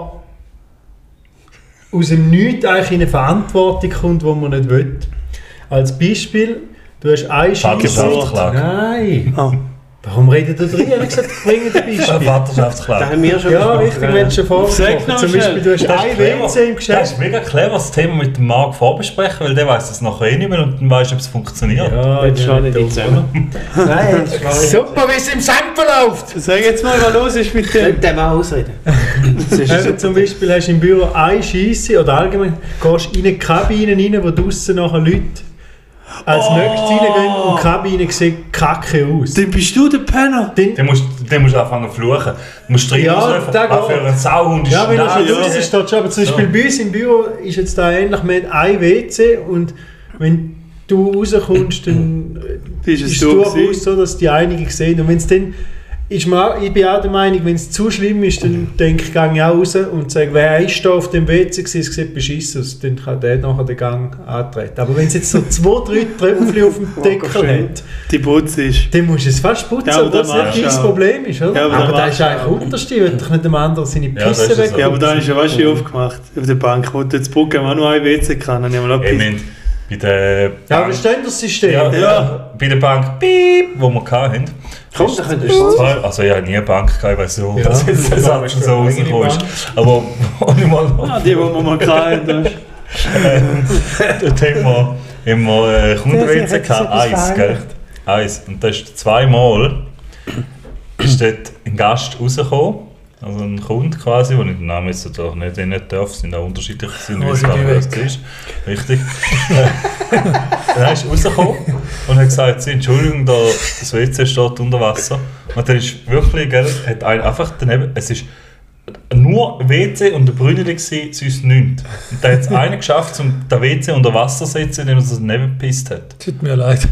F: aus dem Nichts eigentlich in eine Verantwortung kommt, die man nicht will. Als Beispiel, du hast eine
C: Vaterschaftsklage.
F: Nein!
E: Ah.
F: Warum redet ihr drin? Ich habe gesagt, bring ein Beispiel.
B: Da
C: Vaterschaftsklage.
B: haben wir schon
F: Ja,
B: besprochen.
F: richtig, wenn du schon
E: Sag
F: vorgesprochen
E: noch
F: Zum Beispiel, du hast
C: Das ist
F: ein
C: clever.
F: WC im
C: Das
F: Geschäft.
C: ist mega clever, das Thema mit dem Marc vorbesprechen, weil der weiß es nachher eh nicht mehr und dann weißt du, ob es funktioniert.
D: Ah,
F: Ja,
B: Jetzt schon nicht in Zimmer.
F: Nein, super, wie es im Senf läuft.
E: Sag jetzt mal, was los ist mit dem.
B: Könnt ihr mal ausreden? Das ist
F: Eben, zum Beispiel hast du im Büro eine Scheisse oder allgemein gehst in eine Kabine rein, wo draußen nachher Leute als nächstes reingehen und die Kabine sieht kacke aus.
E: Oh. Dann bist du der Penner.
C: Den musst den musst du anfangen zu fluchen. Du musst drin
F: Ja,
C: ausrufen,
F: der
C: was für
F: geht.
C: ein Sauhund ist
F: Ja, wenn er
C: das?
F: schon
E: also,
F: draußen steht, schon. Aber zum Beispiel bei uns im Büro ist jetzt da ähnlich, wir haben ein WC und wenn du rauskommst, dann
E: Bist
F: ist
E: es
F: es
E: du
F: durchaus
E: gewesen?
F: so, dass die einigen sehen. Und wenn es dann, ist mir auch, ich bin auch der Meinung, wenn es zu schlimm ist, dann denke ich, gehe ich auch raus und sage, wer ist da auf dem WC gewesen, es sieht beschissen aus, dann kann der nachher den Gang antreten. Aber wenn es jetzt so zwei, drei Tröpfchen auf dem Deckel hat,
E: Die Putz ist.
F: dann musst du es fast putzen,
E: Ja, aber
F: weil das
E: das machst
F: ein
E: du
F: kleines
E: auch.
F: Problem ist, oder?
E: Ja, aber
F: aber
E: das
F: das
E: machst
F: ist
E: du
F: eigentlich unterste, wenn dich nicht dem anderen seine
C: Ja, das
F: Pisse
C: ist es
F: weg
C: auch.
E: Ja, aber da ist ja was aufgemacht auf der Bank. Wo du jetzt Brücke haben wir auch nur ein WC kann, dann haben wir
C: Ey, wir
E: abgepisst.
C: haben bei der
F: Ja,
C: Bank,
F: verstehen das System?
C: ja,
E: Ja.
C: bei der Bank, piep, wo wir hatten,
B: Komm, da könntest du
C: zwei, also ich habe nie eine Bank gehabt, ich weiß nicht, warum
F: Ja.
C: das jetzt der Satz so
F: Ja.
C: rausgekommen ist. Aber ohne mal noch
E: Ah, die, die wir mal hatten. da ist-
C: das Thema immer äh, Kundenwitze gehabt, eins, gell? Eins. Und das ist zweimal ist dort ein Gast rausgekommen, also ein Kunde quasi, wo ich den Namen jetzt natürlich nicht nennen darf, sind auch unterschiedlich, sind
D: Oh,
C: wissen
D: sind
C: gar
D: die
C: nicht, was
D: weg.
C: das ist. Richtig. dann ist er rausgekommen und hat gesagt, «Sie, Entschuldigung, da, das WC steht unter Wasser. Und dann ist wirklich, gell, hat ein, einfach daneben, es ist nur WC und der Brünneli gewesen, sonst nichts. Und da hat es einer geschafft, um den WC unter Wasser zu setzen, indem er es daneben gepisst hat.
D: Tut mir leid.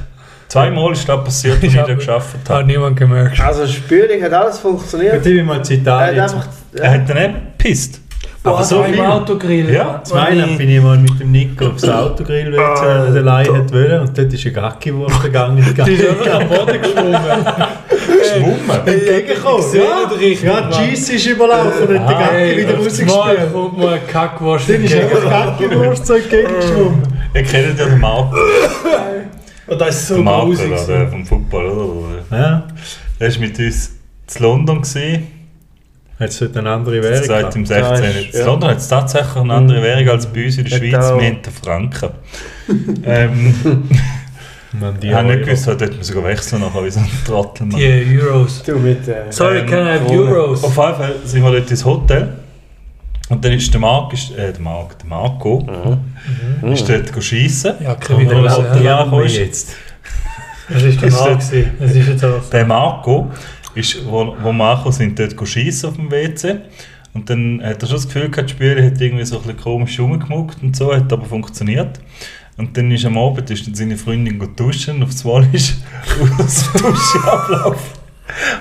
C: Zweimal ist das passiert, als ich
D: Ich
C: das
D: hab- Ah,
C: geschafft
D: Hat
C: habe.
D: niemand gemerkt.
B: Also, Spürung hat alles funktioniert.
F: Ich bin mal zu
B: Er hat
F: Italien.
B: einfach.
C: Er hat daneben gepisst. Aber so
D: im
C: viel.
D: Autogrill.
C: Ja,
F: Zweimal bin ich mal mit dem Nico aufs Autogrill WC, weil er allein hat wollen und dort ist ein Gackiwurf gegangen. Die ist einfach am Boden geschwommen.
C: Schwummen.
F: Entgegengekommen. Ja, ja die Cheese ist überlaufen und hat den Gacki wieder
D: Mal
F: rausgespielt.
D: kommt mal ein Kackwurst.
F: Dann ist einfach Gackiwurst so entgegengeschwommen.
C: Ihr kennt ja den Marco.
E: Und das ist so
C: Der Marco,
E: grausig.
C: da, der vom Football, oder?
F: Ja,
C: Der war mit uns in London. Gewesen.
F: hat es heute eine andere Währung
C: Seit dem
F: gehabt.
C: 16.
F: Da ist-
C: In London hat es tatsächlich eine andere Währung als bei uns in der
B: Ja,
C: Schweiz. Wir
B: da auch.
C: haben den Franken. ähm,
F: Man, die
C: ich habe nicht
F: Euro.
C: gewusst, halt, dort müssen wir wechseln, nachher wie so ein Trottel. Mann.
D: Die Euros.
B: Du mit. Äh,
D: Sorry, can I have Euros?
C: Ähm, Auf jeden Fall sind wir dort ins Hotel. Und dann ist der Marc, ist, äh, der Marc, der Marco, ist dort schiessen.
D: Ja,
C: Wenn du
D: kriminell.
C: ins Hotel
D: ja.
C: ankommst,
D: Das ist der
C: Ist
D: Mann.
C: das-
D: gewesen. Das ist jetzt auch.
C: Der Marco, ist, wo, wo Marco sind dort schiessen auf dem WC. Und dann hat er schon das Gefühl gehabt, die Spüle hat irgendwie so ein bisschen komisch rumgemuckt und so, hat aber funktioniert. Und dann ist am Abend ist dann seine Freundin gegangen duschen, aufs Mal ist aus dem Duschablauf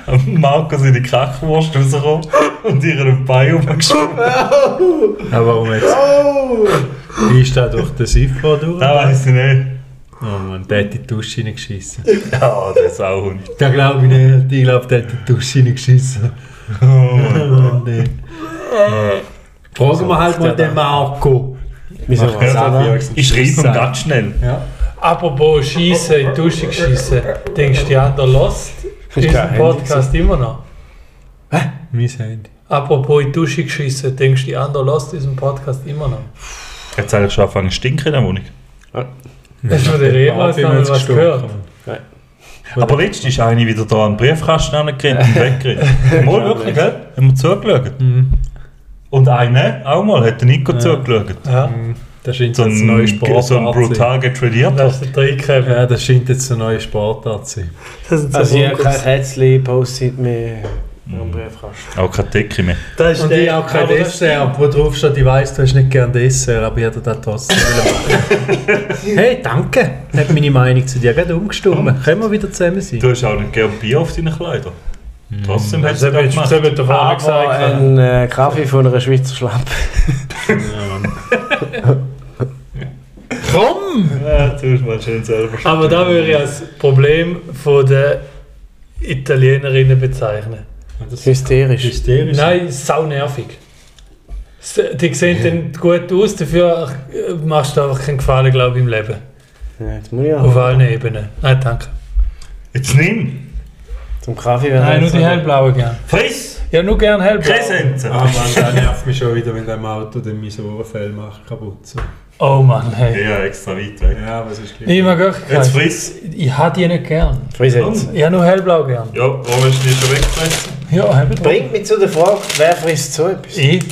C: am Marco seine Kackwurst rausgekommen und ihr einen Bein rumgeschoben.
F: Aber warum jetzt? Oh! Ist da durch den Siffer durch?
C: Das weiss ich nicht.
F: Oh Mann, der hat in die Dusche reingeschissen.
C: Ja, der Sauhund.
F: Da glaube ich nicht. Ich glaube, der hat in die Dusche reingeschissen. Oh nee.
E: Fragen wir halt mal den Marco.
B: wieso
F: Ja, Savio.
C: Ich schreibe ihm ganz schnell.
D: Apropos Schiessen, in die Dusche geschissen. Denkst du, die anderen lost? Ist
B: kein
D: im
B: Handy
D: Podcast immer noch.
F: Mein Handy.
D: Apropos in die Dusche geschissen, denkst du, die anderen lost ist im Podcast immer noch.
C: Jetzt habe ich schon angefangen zu stinken in der Wohnung.
D: Hast du den Rehmann
F: Martin hat's
D: was
F: gestunken.
D: gehört?
C: Aber letztens ist eine wieder da an den Briefkasten angerannt und weggerannt. Mal wirklich, gell? Haben wir zugeschaut.
F: Mhm.
C: Und eine auch mal, hat der Nico zugeschaut.
D: Ja,
F: Das scheint
C: So
F: jetzt eine neue
C: ein,
F: Sportart
C: so ein
F: zu sein.
C: brutal getradiert.
D: das ist der Dreikäfer.
F: Ja, das scheint jetzt eine neue Sportart zu sein.
D: Das sind so
B: Also, ich habe kein
D: Fokus.
B: Kätzchen, Post-it mehr am Briefkasten.
C: Auch keine Decke mehr.
D: Das ist
F: Und
D: der-
F: ich auch kein
D: aber das-
F: Dessert, wo drauf steht, ich weiss, du hast nicht gern Dessert, aber ich hätte das trotzdem machen Hey, danke. Hat meine Meinung zu dir gerade umgestimmt. Können wir wieder zusammen sein?
C: Du hast auch nicht gern Bier auf deinen Kleidern.
F: Mhm.
C: Trotzdem hat
D: Das
C: sie
D: habe
C: das
D: ich das
C: gemacht.
D: hab ich dir vorher
B: Aber
D: gesagt.
B: ein äh, Kaffee von einer Schweizer Schlappe.
C: Ja, du hast mal schön selber
F: Ah,
D: Aber da würde ich als Problem von der Italienerinnen bezeichnen.
B: Hysterisch.
F: Hysterisch.
D: Nein, sau nervig. S- Die sehen dann gut aus, dafür äh, machst du einfach keinen Gefallen, glaube ich, im Leben.
B: Ja, jetzt muss ich
D: Auf
B: auch.
D: allen Ebenen. Nein, danke.
C: Jetzt nimm!
B: Zum Kaffee wäre
D: Nein, nur
B: jetzt
D: die
B: noch-
D: hellblauen gern.
C: Friss!
D: Ja, nur gern hellblau.
C: Kresenzen!
F: Ah Mann, der nervt mich schon wieder, wenn der im Auto dann mein Ohrenfell macht kaputt. So.
D: Oh Mann, hey.
C: Ja, extra weit weg.
F: Ja, was ist gleich.
D: Ich mag euch
C: Jetzt friss!
D: Ich habe die nicht gern.
B: Frisitz.
D: Ich habe nur hellblau gern.
C: Ja, warum hast du die schon weggesetzt?
D: Ja, hellblau.
B: Bringt mich zu der Frage, wer frisst so etwas?
D: Ich?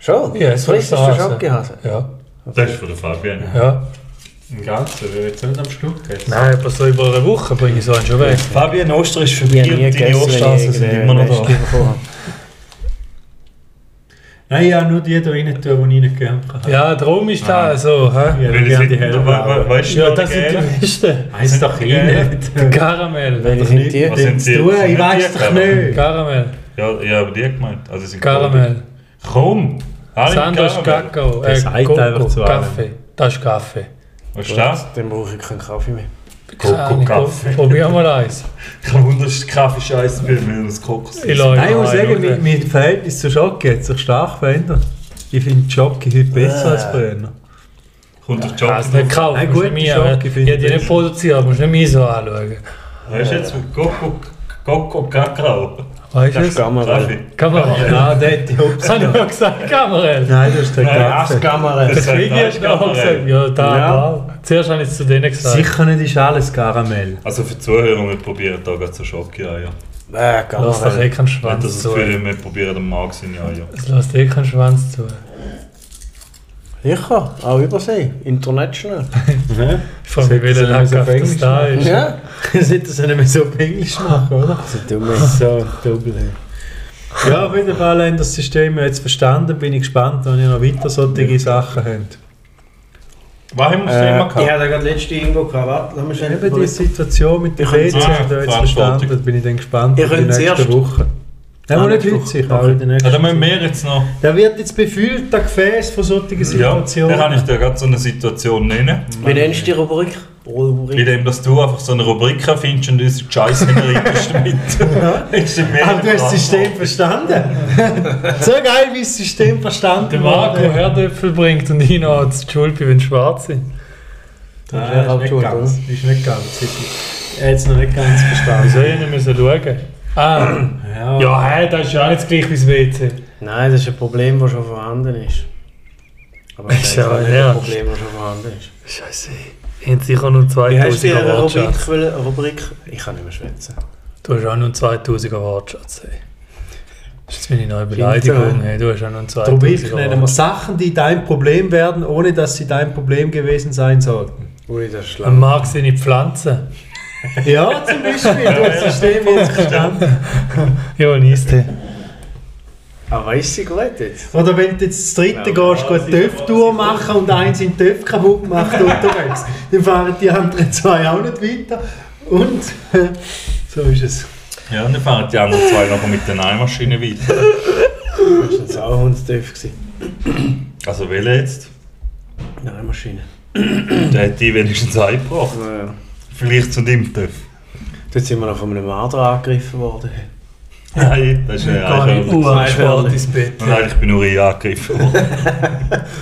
B: Schon?
D: Ja, es
B: Frisst
D: frisst
B: du
D: der Hase.
B: Schokohase?
D: Ja.
C: Das ist von der Fabian.
D: ja.
F: Im Ganzen, wir jetzt nicht am Stück essen.
D: Nein, aber so über eine Woche bringe ich so einen schon weg.
C: Fabian Oster ist
B: Ich
C: vorbei
B: habe
C: und
B: nie
C: deine
B: gegessen, wenn
C: Osterhasen
B: ich
C: sind
B: irgendeine
C: immer noch
B: Reste
C: da.
B: bekommen habe.
F: Nein, ja, nur die da rein tun, die ich nicht gern kann.
D: Ja, darum ist das so. Hä?
F: Ja,
C: Weil es
F: gern die
C: sind- we- we-
F: Hellblauen.
C: Weißt du,
D: Ja,
C: noch
D: das
C: die
D: sind
C: Gelben?
D: die besten.
F: Eins Ah, doch rein.
D: Karamell.
B: Welche sind die?
C: Was sind die?
F: Du,
C: sind
F: ich
C: nicht
F: weiß
C: die
F: doch
C: Gelben?
F: nicht.
D: Karamell.
C: Ja, ich habe die gemeint. Also sie sind
D: Karamell.
C: goldig. Komm! Alle
D: Sanders
C: Karamell.
D: Kakao.
F: Das
D: Äh,
F: sagt einfach zu
D: Koko.
F: allem.
D: Kaffee. Das ist Kaffee.
C: Was ist das?
B: Dann brauche ich keinen Kaffee mehr.
D: Keine Ahnung,
C: Kaffee.
D: Probier mal eins.
C: Ich habe wunderst Kaffee-Scheiß mit mir aus Kokos.
D: Ich lasse
F: Nein, ich muss
D: noch einen
F: sagen,
D: runter.
F: mein, mein Verhältnis zu Schocke hat sich stark verändert. Ich finde Schocke heute besser als früher.
C: Kommt der
D: Hast
C: Job.
D: du nicht gekauft?
F: Nein,
D: musst
F: gute
D: nicht mir,
F: Schocke
D: Ich
F: finde
D: habe die
F: ich
D: nicht produziert, musst nicht mich so anschauen.
C: Weißt du jetzt mit Koko Koko Kakao?
D: Weißt du
B: Das ist
D: es?
B: Gammerel.
C: Kaffee.
D: Kamerell.
F: Ah, der hat die
D: Das habe ich nur gesagt, Kamerell.
F: Nein, das ist der Kaffee.
B: Gammerel.
C: Das
D: Deswegen habe ich noch gesagt, ja, da,
B: Ja.
D: da. Zuerst habe ich es zu denen gesagt.
F: Sicher nicht ist alles Karamell.
C: Also für die Zuhörer, wir probieren da gerade so Schocke an. Ja.
B: Äh,
D: Lass doch eh keinen
B: Gammerel.
C: Nicht, dass
D: Schwanz
C: es
D: zu.
C: für ihn, wir probieren den Markt seine Eier.
D: Es lässt eh keinen Schwanz zu.
B: Sicher, auch Übersee. International.
D: Ich frage mich, welcher
F: Sollen wir es auf
D: Lackhaft das
F: Englisch
D: da ist.
B: Ja?
F: Sollte das nicht mehr so auf Englisch machen, oder?
B: So dumm. So
F: Ja, auf jeden Fall haben das System jetzt verstanden. Bin ich gespannt, wenn ihr noch weiter solche Sachen habt.
C: Was haben wir das
B: Äh,
C: Thema
B: Ja.
C: gehabt?
B: Ich
E: habe da gerade letzte irgendwo gehabt. Lass mich
F: Eben die Situation mit den
B: Ich könnte-
F: WC haben wir jetzt
C: Ah, Verantwortung.
F: verstanden. Bin ich dann gespannt
B: Ich
F: auf die
B: könnte
F: nächsten
B: zuerst-
F: Wochen. Nein,
B: Ah,
F: muss nicht
B: nächste
F: heute
B: Woche.
F: sicher, auch in den nächsten
C: Ja, dann müssen wir jetzt noch.
F: Da wird jetzt befüllt, das Gefäß von solchen
C: Ja,
F: Situationen.
C: da kann ich dir gerade so eine Situation nennen.
B: Wie nennst du die Rubrik?
C: Bei
B: Rubrik.
C: dem, dass du einfach so eine Rubrik findest und uns die Scheiße hineinreitest mit. Ist dir mehr
F: Aber Ah, du hast das System verstanden. so geil, wie das System
D: Der
F: verstanden
D: Marco Herdöpfel bringt und ich noch als Schuld bin, wenn schwarz sind.
F: Nein,
E: ist
F: ist
E: nicht
F: nicht
E: ganz. Ist nicht ganz. Ist, er hat es noch nicht ganz verstanden.
D: Wieso ich nicht müssen schauen? Ah,
E: Ja,
D: ja, hey, das ist ja auch nicht gleich wie das WC.
B: Nein, das ist ein Problem, das schon vorhanden ist. Aber das
D: Ist
B: ist
D: ja
B: auch nicht ein
D: ernst.
B: Problem, das schon vorhanden ist.
D: Scheiße. Ich hätte sicher nur
B: Wie hast
D: 2000er
B: du ihre
D: Wortschatz.
B: Rubrik, wollen- Rubrik? Ich kann nicht mehr schwätzen.
D: Du hast auch nur 2000er Wortschatz. Ey. Das ist jetzt meine neue Beleidigung.
F: Stimmt,
D: Hey. Du hast auch nur 2000er
F: Rubrik nennen wir
D: Wortschatz.
F: Sachen, die dein Problem werden, ohne dass sie dein Problem gewesen sein sollten.
B: Ui, das ist
D: Man
B: schlimm.
D: mag seine Pflanzen.
F: Ja, zum Beispiel, du hast das System jetzt verstanden.
D: Ja, Niste.
B: Aber ist sie gut jetzt?
F: Oder wenn du jetzt das dritte
B: Ja,
F: gehst, gut TÜV-Tour machen und eins in den TÜV kaputt macht unterwegs, dann fahren die anderen zwei auch nicht weiter. Und äh, so ist es.
C: Ja, und dann fahren die anderen zwei noch mit der Nähmaschine weiter.
B: Das war ein Sauhundstief. gewesen.
C: Also welcher jetzt?
B: Nein, Maschine.
C: Der hat die wenigstens eingebracht.
B: Ja.
C: Vielleicht zu dem TÜV.
B: Dort sind wir noch von einem Marder angegriffen worden.
C: Nein, das ist ja
D: Gar nicht
C: eigentlich.
D: ursport ins Bett.
C: Und eigentlich bin nur ich angegriffen worden.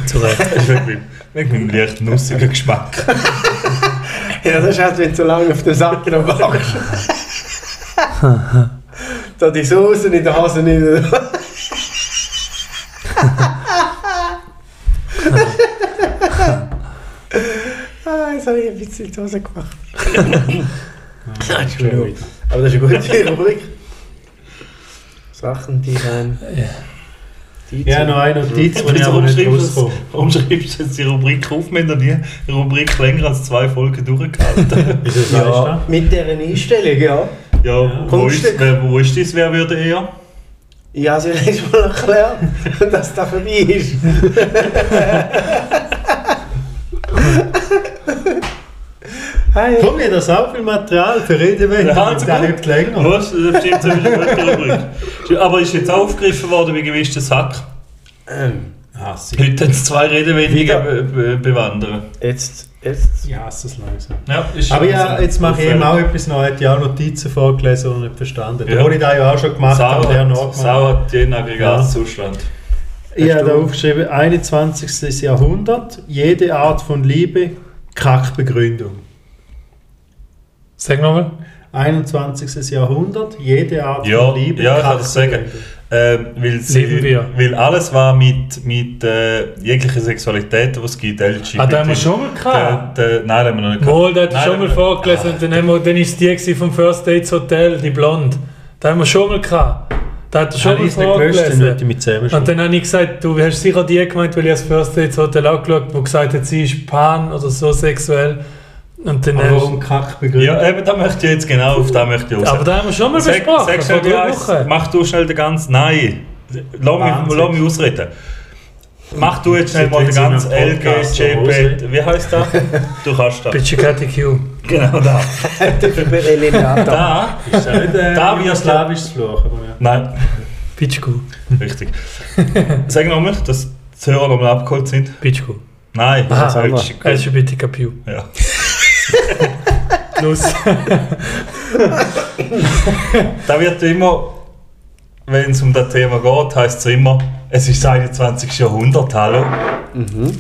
D: Zu Recht.
C: Das ist wegen meinem- Wegen meinem leicht nussigen Geschmack.
B: Ja, das ist halt, wenn du so lange auf den Sack noch wachst. da die Soße in der Hose nicht. ah, jetzt habe ich ein bisschen in die Hose gemacht. Nein, ist gut. Aber das ist eine gute Rubrik. Sachen, die dann.
D: Ja.
B: Die
F: Ja, nou,
B: zu-
F: noch eine Notiz, die ich
C: Wieso
F: aber
C: umschreibst
F: nicht
C: du
F: rauskomme.
C: es- warum schreibst du jetzt die Rubrik auf? Wir haben noch nie die Rubrik länger als zwei Folgen durchgehalten.
F: Wieso sagst du
B: Ja, mit dieser Einstellung, ja.
C: Ja, wo
B: Kommst
C: ist,
B: du-
C: wer, wo ist das? Wer würde eher?
B: Ja, sie haben letztes Mal erklärt, dass das vorbei ist.
F: das? Komm, wir das auch viel Material für Redewendungen.
C: Ja, also
F: das
C: gut.
F: hilft
D: Ah.
F: länger.
C: Was? Das bestimmt ziemlich gute Rubrik. Aber ist jetzt aufgegriffen worden wie gewischter Sack.
B: Ähm,
F: Ah, sie-
C: Heute haben es zwei Redewendungen
B: Wieder.
C: be be bewandern.
B: jetzt, jetzt.
F: Ich hasse es langsam.
C: Ja, ist
F: Aber ja, jetzt mache ich eben auch
C: Aufhören.
F: etwas noch. Er hat ja auch Notizen vorgelesen und nicht verstanden.
C: Ja.
F: Da habe ich das ja auch schon gemacht, aber der
C: Sauer,
F: noch
C: sauer den Aggregatzustand.
F: Ich habe da
B: du-
F: aufgeschrieben, 21. Jahrhundert, jede Art von Liebe, Kackbegründung.
D: Sag nochmal.
F: 21. Jahrhundert, jede Art
C: Ja,
F: von Liebe,
C: ja, ich kann das sagen. Ähm, weil, sie,
D: Leben wir.
C: weil alles war mit, mit äh, jeglicher Sexualität, die es gibt, LGBT.
D: Ah, da haben wir schon mal gehabt.
C: Äh, äh, nein, den haben wir noch nicht
D: Mal, da hat er
C: Nein,
D: schon mal
C: den-
D: vorgelesen und dann, haben wir, dann ist die gewesen vom First Dates Hotel, die Blonde. Da haben wir schon mal gehabt. Da hat er schon
F: Schon
D: mal
F: ich es nicht gewusst, dann würde ich
D: vorgelesen.
F: mich zusammenschreiben.
D: Und dann habe ich gesagt, du hast sicher die gemeint, weil ich das First Dates Hotel auch geschaut wo gesagt hat, sie ist pan oder so sexuell. Und dann
F: Aber
D: hast-
F: warum Kackbegründung?
C: Ja, eben, da möchte ich jetzt genau auf da möchte ich raus.
D: aber da haben wir schon mal
C: Sag,
D: besprochen,
C: sag
D: vor
C: schnell
D: drei
C: gleich,
D: Wochen.
C: mach du schnell den ganzen. Nein. Lass mich,
F: Wahnsinn.
C: lass mich ausreden. Mach du jetzt schnell mal den
F: Jetzt sind
C: ganzen
F: wir im Podcast
C: LGJPET. Wie heißt das? Du kannst das.
D: Bitch, you got the cue.
C: Genau da.
B: Eliminata.
C: Da.
F: Ist ja nicht äh,
C: Da wirst du-
F: jugoslawisches Fluch, aber ja.
C: Nein,
D: Bitch, go.
C: richtig. Sag nochmal, dass die Hörer nochmal abgeholt sind.
D: Bitch, go.
C: Nein,
D: Aha,
C: das
B: aber-
C: ist
D: Also bitte Capiu.
C: ja.
D: Los.
C: Da wird immer, wenn es um das Thema geht, heißt es immer, es ist das 21. Jahrhundert, hallo.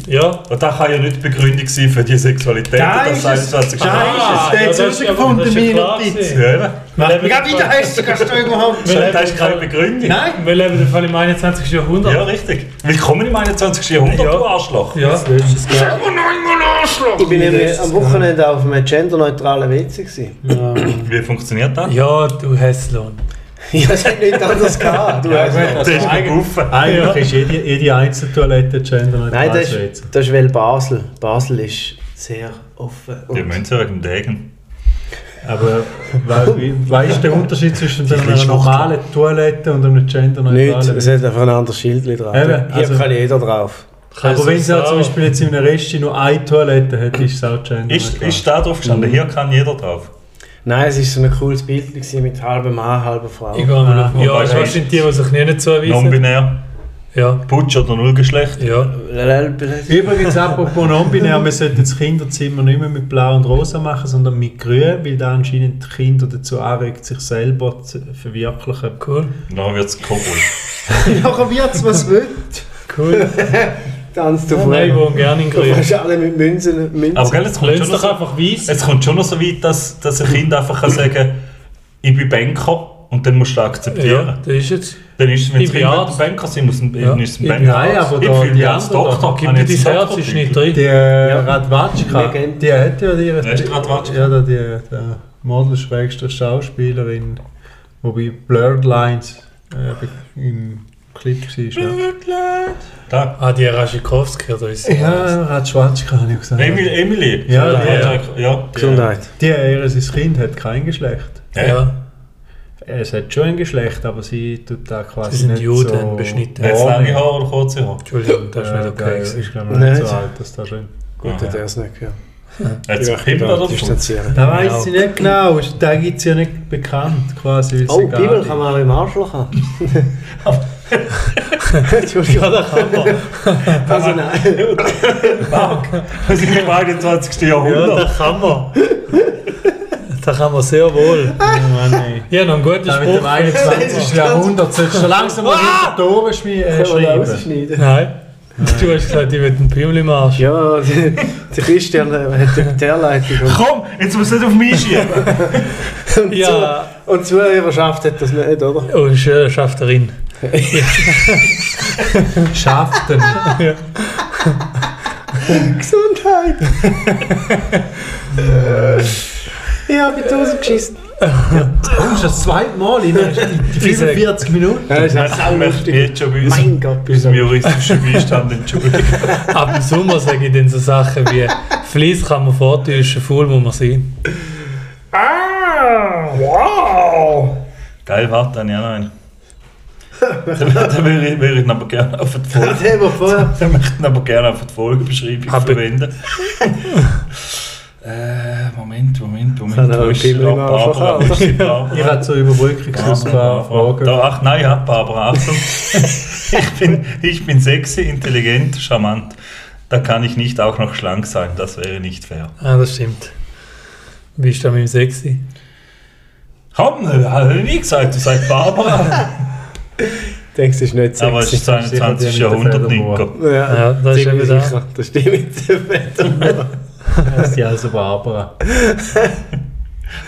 D: ja.
C: Und das kann ja nicht die Begründung sein für die Sexualität.
F: Da
C: dass
F: ist
C: das
F: es, da ist
C: 21.
F: es,
C: Jahrhundert
D: Ah, ja, das ist- aber das
F: der hat es herausgefunden,
D: ist ja
F: meine
D: klar
F: Notiz.
D: gewesen.
C: Ja, eben.
F: Mach mich auch wieder heiß, kannst du überhaupt nicht.
C: Das ist keine Begründung.
F: Nein,
D: Wir leben vor allem im 21. Jahrhundert.
C: Ja, richtig. Willkommen im 21. Jahrhundert,
D: Ja.
C: du Arschloch.
D: Ja.
B: Ich bin nämlich am Wochenende auf einem genderneutralen WC. gewesen.
C: Wie funktioniert das?
D: Ja, du Hässlohn.
B: Ich hatte nichts anderes gehabt. Du hast
C: Das ist gerufen.
F: Also, eigentlich ist jede, jede Einzeltoilette genderneutral.
B: Nein, das ist,
F: gewesen.
B: das ist weil Basel. Basel ist sehr offen.
C: Die
B: Und
C: müssen ja wegen dem Degen.
F: Aber was ist der Unterschied zwischen einer
B: kleine
F: normalen Toilette und einem
B: nichts,
F: genderneutralen?
B: es hat einfach ein anderes Schild drauf.
F: Eben,
B: Hier
F: also-
B: kann jeder drauf.
F: Aber wenn es
B: genau.
F: ja zum Beispiel jetzt in einer Resti nur eine Toilette hat, ist es auch genderneutral.
C: Ist, ist da drauf gestanden, hier kann jeder drauf.
B: Nein, es war so ein cooles Bild gewesen mit halbem Mann, halber Frau.
D: Ich gehe mal
F: Ah,
D: noch mal. Ja,
C: wobei,
D: das
C: hey.
D: sind die, die sich nie nicht zuweisen.
C: Non-binär,
D: Ja,
C: Putsch oder Nullgeschlecht.
D: ja.
F: Übrigens, apropos non-binär, wir sollten das Kinderzimmer nicht mehr mit blau und rosa machen, sondern mit grün, weil da anscheinend die Kinder dazu anregt, sich selber zu verwirklichen.
D: Cool,
C: Dann wird es kobold.
F: Nachher wird es, was will.
D: cool.
B: Tanz du
D: Nein, ich wohne gerne in
B: Du
D: Grün.
B: fährst alle mit Münzen. Münzen.
C: Aber gell, es kommt schon
D: Lass
C: noch
D: doch
C: so,
D: einfach weiss.
C: es kommt schon noch so weit, dass, dass ein Kind einfach kann sagen ich bin Banker und dann musst du das akzeptieren.
D: Ja, das ist jetzt.
C: Dann ist es, wenn
D: Ich
C: das
D: bin
C: Kind ein
D: Arzt.
C: Banker sein muss, dann
D: Ja.
C: ist es ein
D: Ich
C: Banker.
D: bin
F: Nein, aber
C: ich
F: da
C: fühle
F: die
C: mich als
F: anderen
C: Doktor.
D: Gib
C: Habe
D: mir
C: ich jetzt
D: dein
C: einen
D: Herz, ist nicht
C: Doktortitel?
F: Die
D: drin.
F: äh, Radwatschka,
B: Legende.
F: die hat ja ihre...
C: Wer ist die Radwatschka?
F: Ja, da die, die Model-Schauspielerin, die bei Blurred Lines äh, be- im Clip war. Ja,
C: Da.
D: Ah, die Raschikowski oder ist
F: ja Radwatschka habe ich gesagt.
C: Emil, Emily.
F: Ja,
C: ja.
F: die-
C: ja. ja.
B: Gesundheit.
F: Die, ihr sein Kind hat kein Geschlecht.
D: Ja.
F: Es hat schon ein Geschlecht, aber sie tut da quasi
D: Sie sind
F: nicht
D: Juden
F: so...
D: beschnitten.
C: Hat es lange
F: wahrnehmen.
C: Haare oder kurze Haare?
D: Entschuldigung, das ist
F: Ja,
D: nicht okay.
F: der
D: gewesen.
F: ist glaube ich noch
B: Nein.
F: nicht so alt, dass das schön...
B: Gut, hat
C: Ah,
B: er es nicht gehört.
C: Hat es
B: Ich möchte
C: Kinder
B: da
C: oder Fuchs?
B: distanzieren.
F: Da weiß sie nicht genau, ist- da gibt es ja nicht bekannt quasi. weil
B: Oh,
F: sie
B: die
F: gar
B: Bibel
F: nicht-
B: kann man auch im Arschloch haben. Entschuldigung. Ja, da kann man. Also nein.
C: Wir sind im 21.
D: Ja,
C: Jahrhundert.
D: das kann man. das kann man sehr wohl.
F: Oh Mann, ey.
D: Ja, noch einen guten
F: Da mit dem
D: Spruch.
F: 21. Jahrhundert sollst du schon langsam mal hinter die Ohren schmi- äh,
B: Kann man da
F: schreiben.
B: rausschneiden?
D: Ah! Nein. Du hast gesagt, ich will einen Pimmel im Arsch.
B: Ja, der Christian äh, hat die Herleitung. Und,
C: Komm, jetzt musst du nicht auf mich schieben.
B: und,
D: Ja.
B: Zuh- und die Zuhörerschaft hat das nicht, oder?
D: Und schöne Schafterin.
F: Schafft den.
B: Gesundheit! ich habe die Hose geschissen.
F: Das ist das zweite Mal in den- die
D: Ich sag-
F: 45 Minuten.
B: Das ist
C: Das
B: auch
C: möchte ich
B: lustig.
C: jetzt schon bei
B: Mein
C: unserem-
B: Gott,
C: bei unserem juristischen Beistand entschuldigen.
D: Ab dem Sommer sage ich dann so Sachen wie: Fleiss kann man vortäuschen, faul muss man sein.
C: Geil, warte, dann ja noch einen. Dann dann würde ich, würde ich ihn aber gerne auf die Folge,
B: Der, der vorher
C: dann möchte ich ihn aber gerne auf die Folgebeschreibung
D: Aber-
C: verwenden. äh, Moment, Moment, Moment.
B: Kann er
C: Wo
B: auch
C: ist
B: Pimmel
C: da
B: im Arsch
C: Barbara?
B: haben,
C: Wo ist die Barbara?
F: Ich habe zur Überbrückung so ein paar Fragen.
C: Da, ach nein, ja, Barbara, Achtung. ich, bin, ich bin sexy, intelligent, charmant. Da kann ich nicht auch noch schlank sein, das wäre nicht fair.
D: Ah, das stimmt. Bist du da mit dem Sexy?
C: Komm, habe ich nie gesagt, du sagst Barbara.
B: denkst, das ist nicht sexy.
C: Aber es ist
F: das ist sicher die
C: 21.
F: mit der
C: Jahrhundert,
F: Federmauer.
C: Nico.
D: Ja, das ist
B: ziemlich
D: eben da.
B: sicher. Das stimmt mit der Federmauer.
F: Das ist also Barbara.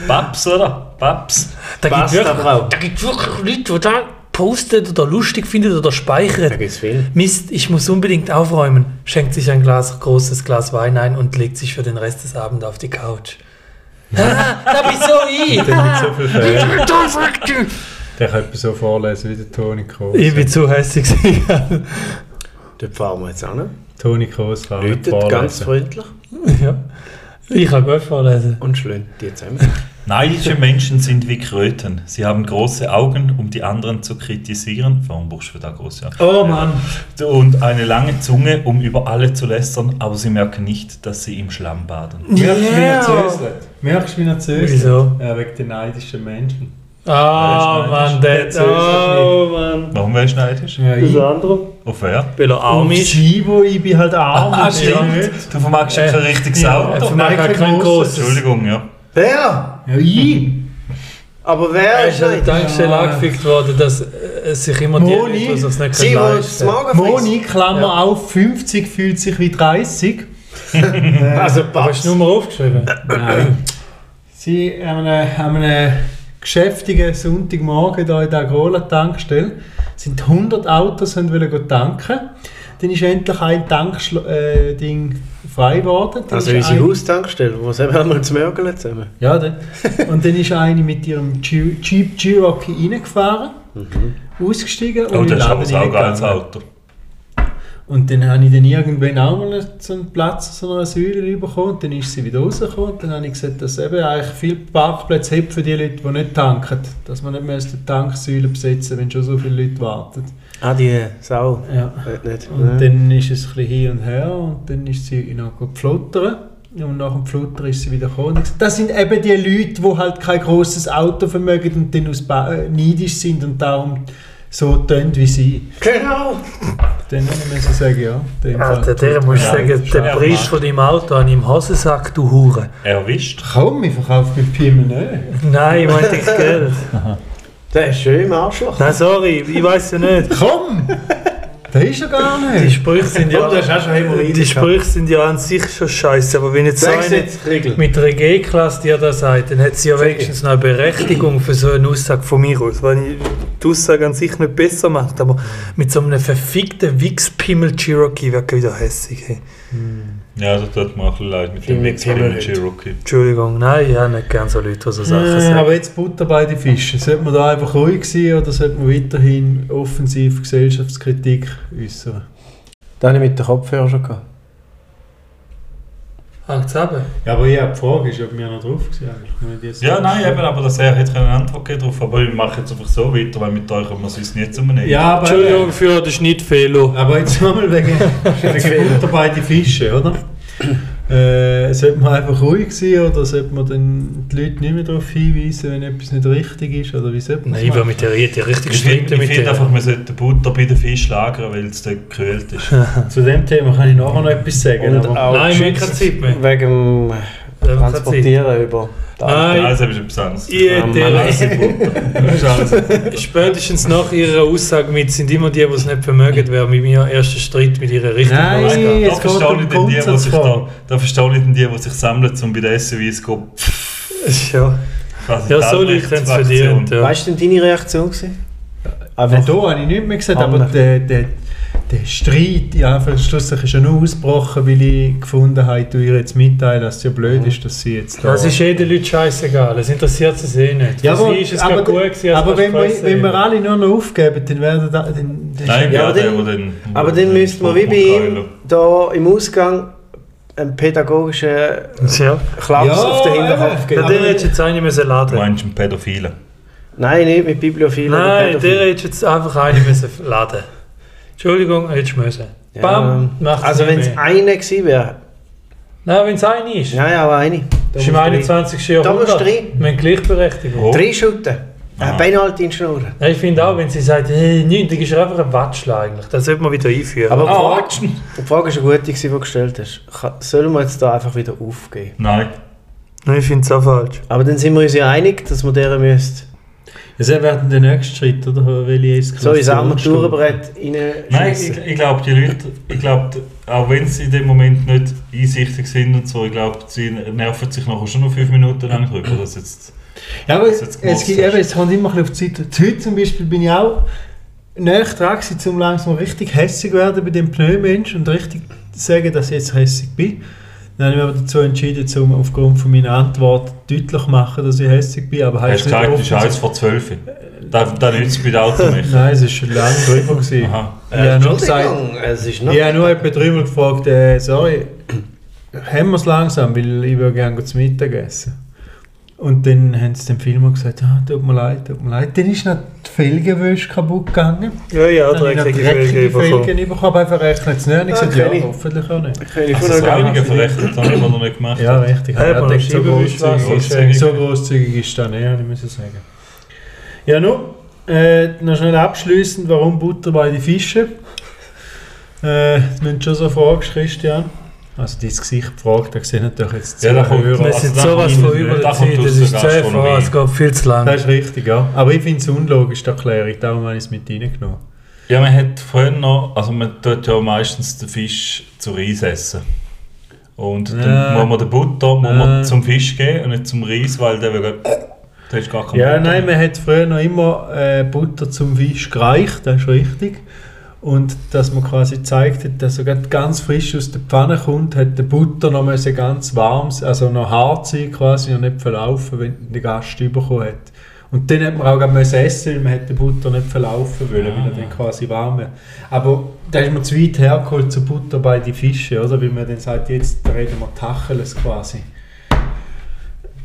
C: Paps, oder? Paps.
D: Da gibt
B: Passt
D: wirklich,
B: aber auch.
D: da gibt wirklich Leute, die da postet oder lustig findet oder
B: Da
D: speichert.
B: gibt es viel.
D: Mist, ich muss unbedingt aufräumen. Schenkt sich ein Glas, großes Glas Wein ein und legt sich für den Rest des Abends auf die Couch. Ah, da bin ich so ich.
F: Der hat so viel Fehler.
D: Ah. Da sagt du.
F: Der kann etwas so vorlesen wie der Toni Kroos.
D: Ich bin zu hässlich. gewesen.
B: Dort fahren wir jetzt an.
F: Toni Kroos kann nicht
B: Läutet ganz
F: vorlesen.
B: freundlich
D: ja. Ich kann gut vorlesen.
B: und schlönt die zusammen.
C: Neidische Menschen sind wie Kröten. Sie haben große Augen, um die anderen zu kritisieren. Warum buchst du da große Augen?
D: Oh Mann.
C: Und eine lange Zunge, um über alle zu lästern, aber sie merken nicht, dass sie im Schlamm baden.
F: Merkst du, wie er
D: Ja.
F: zöselt? Merkst du, wie er zöselt?
D: Wieso?
F: Ja, wegen den neidischen Menschen.
D: Ah, Mann, der.
F: Jetzt ist es
D: Oh, Mann.
C: Warum wärst du neidisch?
F: Ja, ich.
D: andere?
C: Auf wer?
D: Weil er arm
F: Und
D: ist.
F: sie, wo ich bin halt arm
C: Ah,
F: und sie
C: stimmt.
F: nicht.
C: Du vermagst ja kein richtiges
D: Ja,
C: Auto.
D: für mich
F: Nein,
D: kein
F: kein
D: großes.
C: Entschuldigung, ja.
B: Wer?
F: Ja, ich.
B: Aber wer
D: Er ist
B: ist
D: an der
B: das?
D: Tankstelle
F: Ja.
D: angefickt worden, dass äh, es sich immer
F: Moni,
D: die Leute, die es nicht
B: Sie, die
D: können
B: das
D: leisten
B: Magen
F: Moni, Klammer
D: Ja.
F: auf, 50 fühlt sich wie 30.
B: Also
D: Hast
B: passt.
D: du die Nummer aufgeschrieben?
F: Nein. Sie haben einen, haben einen geschäftigen Sonntagmorgen hier in der Agrola-Tankstelle. sind 100 Autos und wollen gehen tanken. Dann ist endlich ein Tankding äh, Ding frei geworden. Dann
B: Also
F: ist
B: unsere
F: ein-
B: Haustankstelle, wo sie einmal zu mörgeln zusammen.
F: Ja, dann. Und dann ist eine mit ihrem Ju- Jeep Cherokee reingefahren, ausgestiegen und
C: Oh,
F: in den
C: das ist aber
F: Laden
C: ein saugeiles
F: reingegangen.
C: Auto.
F: Und dann habe ich dann irgendwann auch mal so einen Platz so einer Säule bekommen. Und dann ist sie wieder rausgekommen. Und dann habe ich gesagt, dass es eben eigentlich viele Parkplätze hat für die Leute, die nicht tanken. Dass man nicht mehr die Tanksäule besetzen wenn schon so viele Leute warten.
B: Ah, die Sau.
F: Ja.
B: Weiß nicht.
F: Und
B: Ja.
F: dann ist es ein bisschen hin und her. Und dann ist sie noch geflottert. Und nach dem Flutter ist sie wieder gekommen. und hat gesagt, Das sind eben die Leute, die halt kein grosses Auto vermögen und dann aus ba äh, neidisch sind und darum so tönt wie sie.
B: Genau!
F: Dann muss ich sagen, ja. in dem Fall
D: Alter, Also, der muss
F: tut mir
D: ich
F: leid.
D: sagen, der
C: Ja,
D: Preis
C: Mann.
D: von deinem Auto an im Hosensack, du Hure.
C: Erwischt.
F: Komm, ich verkaufe mit Pimmel nicht.
D: Nein, ich meinte das Geld.
B: Der ist schön im Arschloch.
D: Nein, sorry, ich weiß ja nicht.
F: Komm! Da ist er gar
D: Die
F: nicht.
D: Sprüche sind
E: Ja,
D: ja,
E: du hast auch schon Hämorrhoiden.
D: die Sprüche sind ja an sich schon scheiße, aber wenn jetzt so
F: Sag's
D: eine
F: jetzt, Riegel.
D: mit einer G-Klasse dir das sagt, dann hat sie ja wenigstens noch eine Berechtigung für so eine Aussage von mir aus. Wenn ich die Aussage an sich nicht besser macht, aber mit so einem verfickten Wichspimmel Cherokee wäre ich wieder hässig. Hey.
C: Ja, also das tut mir auch ein bisschen leid mit dem
F: Mit
C: Mix mit
F: Hemorrhoid.
C: Cherokee.
D: Entschuldigung, nein, ich habe nicht gern so Leute, die so Sachen
F: Äh,
D: sagen.
F: aber jetzt Butter bei den Fischen. Sollte man da einfach ruhig sein oder sollte man weiterhin offensiv Gesellschaftskritik äußern? Da habe ich mit dem Kopfhörer schon gehabt.
D: Hangt's ab.
F: Ja, aber ja, die Frage ist, ob wir noch drauf waren.
C: Ja, nein, eben, aber das er hätte keine Antwort gegeben drauf. Aber ich mache jetzt einfach so weiter, weil mit euch muss ich es nicht zusammennehmen.
F: Ja, aber,
D: Entschuldigung für den Schnittfehler.
F: aber jetzt nochmal wegen, wegen Butter bei den Fischen, oder? Äh, sollte man einfach ruhig sein oder sollte man dann die Leute nicht mehr darauf hinweisen, wenn etwas nicht richtig ist? Oder wie sollte man
D: Nein, ich war mit der Rede richtig
C: Ich finde
D: gestritten
C: ich
D: mit
C: finde
D: der.
C: einfach, man sollte Butter bei den Fisch lagern, weil es dort gekühlt ist.
F: Zu dem Thema kann ich nachher noch etwas sagen.
B: Und
F: aber
B: auch
D: Nein, wir haben keine
B: geschützt
D: Zeit mehr.
B: Wegen dem
D: keine
B: Transportieren über die
C: Nein,
D: Nein,
C: das ist etwas anderes.
D: ich hätte
C: Lasse Butter. Das ist alles.
D: Spätestens nach ihrer Aussage mit sind immer die, die es nicht vermögen, wer mit mir ersten Streit mit ihrer Richtung
F: Nein.
D: losgeht.
C: Da
F: Jetzt geht
C: verstehe
F: um
C: ich dann die, die sich da,
F: Grundsatzfragen.
C: da verstehe ich dann die, die sich sammeln, um bei der SUV zu gehen. Pff,
D: Ja,
C: quasi
D: ja
C: die
D: so Leute haben es
C: Albrechtsfraktion.
D: verdient. Ja.
B: Weißt du denn deine Reaktion? Gewesen?
F: Nein,
D: Ah,
B: Einfach
F: da habe ich nicht mehr gesagt,
B: Hammer.
F: aber der, der, der Streit ja, schlussendlich ist ja nur ausgebrochen, weil ich gefunden habe, du ihr jetzt mitteilen, dass es ja blöd ist, dass sie jetzt da...
D: Das ist jedem Leute scheißegal, es interessiert sie eh nicht. Für
F: Ja,
D: sie ist es aber, gut gewesen, als
F: aber wenn, wir,
D: Presse-
F: wenn wir alle nur noch aufgeben, dann werden da... Dann, dann
C: Nein,
B: Ja,
C: ja,
B: aber
C: der,
B: dann-
C: der den,
B: Aber dann müsste man wie bei ihm da im Ausgang einen pädagogischen
D: Ja.
B: Klaps
F: Ja,
B: auf den Hinterkopf
F: eben.
B: geben.
D: Ja, der hättest du jetzt eine müssen
C: Du
D: laden.
C: meinst einen Pädophilen.
B: Nein, nicht mit Bibliophilen.
D: Nein,
B: oder Pädophilen.
D: der hättest du jetzt einfach eine müssen laden. Entschuldigung, hättest du müssen.
B: Ja.
D: Bam, macht's
B: Also
D: nicht
B: wenn es
D: mehr.
B: einer gewesen wäre.
D: Nein, wenn es eine ist.
B: Ja, ja, aber eine.
D: Das ist im 21.
B: Da musst du
D: Jahrhundert.
B: rein.
D: Wir haben Gleichberechtigung.
C: Oh.
B: Drei Schulten.
C: Aha.
B: Ein Penalty in die Schnur.
D: Ja, ich finde auch, wenn sie sagt, hey, nichts, dann ist er einfach ein Watschler eigentlich. Das sollte man wieder einführen.
B: Aber
C: Ah,
B: die, Frage, die Frage ist eine gute, gewesen, die du gestellt hast. Ka- Sollen wir jetzt da einfach wieder aufgeben?
C: Nein.
D: Nein, ich finde es auch falsch.
B: Aber dann sind wir uns ja einig, dass wir deren müsst.
F: Das wäre der nächste Schritt, oder? Welche Eskalation?
B: So ins Armaturenbrett rein.
C: Nein, ich, ich glaube, die Leute, ich glaube, auch wenn sie in dem Moment nicht einsichtig sind und so, ich glaube, sie nerven sich nachher schon noch fünf Minuten lang drüber. Das jetzt,
F: Ja, aber
C: Das
F: es,
C: jetzt
F: gibt,
C: gemacht
F: eben,
C: hast.
F: es kommt immer ein bisschen auf die Zeit. Heute zum Beispiel bin ich auch näher dran gewesen, um langsam richtig hässig werden bei dem Pneumensch und richtig sagen, dass ich jetzt hässig bin. Dann habe ich mich aber dazu entschieden, um aufgrund von meiner Antwort deutlich zu machen, dass ich hässig bin. Aber
C: hast
F: heisst
C: du gesagt, die
F: offensichtlich-
C: Scheiß vor zwölf. Da, da nützt es bei der Auto nicht.
F: Nein, es war schon lange drüber. gewesen.
C: Aha. Äh,
F: Ich habe nur gesagt,
B: Entschuldigung, es ist noch...
F: ich habe nur etwa dreimal gefragt, äh, sorry, haben wir es langsam, weil ich würde gerne zu Mittag essen. Und dann haben sie dem Film gesagt, ah, tut mir leid, tut mir leid. Dann ist noch die Felgenwäsche kaputt gegangen.
D: Ja, ja,
F: Dann habe ich noch
D: dreckige
F: dreckige
D: Felgen bekommen.
F: Felgen bekommen, einfach rechnet es nicht. Und ich
B: Ah,
F: gesagt, ja,
B: kenn ich.
F: hoffentlich auch nicht.
B: Ich
C: Also so einige verrechnet haben wir noch nicht gemacht.
F: Ja, richtig.
D: Ja,
F: Ja,
D: aber
F: der
D: so
C: großzügig.
F: Scheibenwisch ist- so großzügig ist das nicht, ich muss ich sagen. Ja, nun, äh, noch schnell abschließend, warum Butter bei den Fischen? Äh, das müssen schon so fragst, Christian. Also dein Gesicht fragt, da sehen natürlich jetzt die
C: Ja, da kommt-
F: Zuhörer.
D: Wir
C: Also
D: sind
C: das
D: sowas von
C: kommt
D: über
C: nicht.
D: der
C: Das kommt
D: Zeit,
C: aus
D: das
C: der
D: ist 10 vor,
C: Gastronomie.
D: es geht viel zu lang.
F: Das ist richtig, ja. Aber ich finde es unlogisch, die Erklärung, darum habe ich es mit reingenommen.
C: Ja, man hat früher noch, also man tut ja meistens den Fisch zu Reis essen. Und dann
F: Nein.
C: muss man den Butter muss man
F: Nein.
C: zum Fisch geben und nicht zum Reis, weil der will der ist gar kein
F: Ja,
C: Butter.
F: nein, man hat früher noch immer äh, Butter zum Fisch gereicht, das ist richtig. Und dass man quasi zeigt, hat, dass er gerade ganz frisch aus der Pfanne kommt, hat die Butter noch müssen ganz warm, sein, also noch hart sein, quasi noch nicht verlaufen, wenn der Gast überkommen hat. Und dann hat man auch gerade müssen essen, weil man hat die Butter nicht verlaufen wollen, weil er dann quasi warm wäre. Aber da ist man zu weit hergeholt zur Butter bei den Fischen, oder? Weil man dann sagt, jetzt reden wir Tacheles quasi.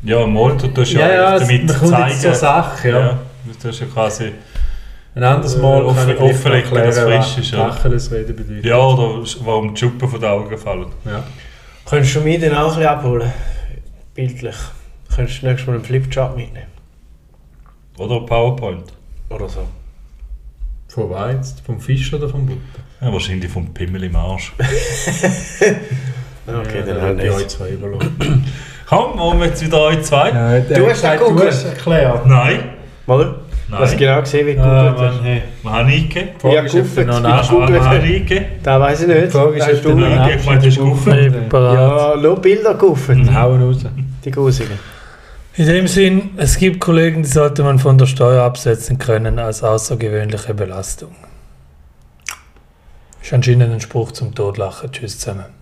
C: Ja, mal, du tust ja,
F: Ja, ja,
C: eigentlich
F: es-
C: damit
F: man kommt
C: zeigen.
F: jetzt zur Sache, ja.
C: Du tust ja quasi,
F: Ein anderes Mal
C: Äh,
F: kann ich
C: offen- offenlegen,
F: erklären,
C: dass es
F: was
C: frisch ist, ja.
F: Tacheles reden bedeutet.
C: ja, oder warum die Schuppen von den Augen fallen.
F: Ja.
B: Könntest du mich dann auch ein bisschen abholen? Bildlich. Könntest du nächstes Mal einen Flipchart mitnehmen?
C: Oder PowerPoint.
B: Oder so.
F: Von Weiz, vom Fisch oder vom Butter?
C: Ja, wahrscheinlich vom Pimmel im Arsch.
B: Okay, dann
F: hab
B: halt
F: ich euch
B: nicht.
F: zwei überlassen.
C: Komm, wollen wir jetzt wieder euch zwei?
F: Ja,
B: Du hast gesagt, du hast
F: erklärt.
C: Nein.
B: Mal?
C: Nein.
B: Hast du genau gesehen, wie gut
F: Ah,
B: das
F: Mann,
B: ist?
F: hey.
C: Mahanike?
B: Ja,
F: Frage ist, ob
B: Guffet,
F: der noch
B: ich
F: nachmachen
B: google.
F: kann.
C: Mahanike?
B: Da weiß ich
F: Die
B: nicht.
F: Frage ist, ob der
C: Nein,
F: noch
C: ich hab gemeint, das ist
F: nachmachen
D: Ich
F: kann.
D: bin parat.
B: Ja, nur Bilder kaufen.
F: Dann Hauen raus.
B: Die Grusigen.
D: In dem Sinn, es gibt Kollegen, die sollte man von der Steuer absetzen können als außergewöhnliche Belastung. Ist anscheinend ein Spruch zum Todlachen. Tschüss zusammen.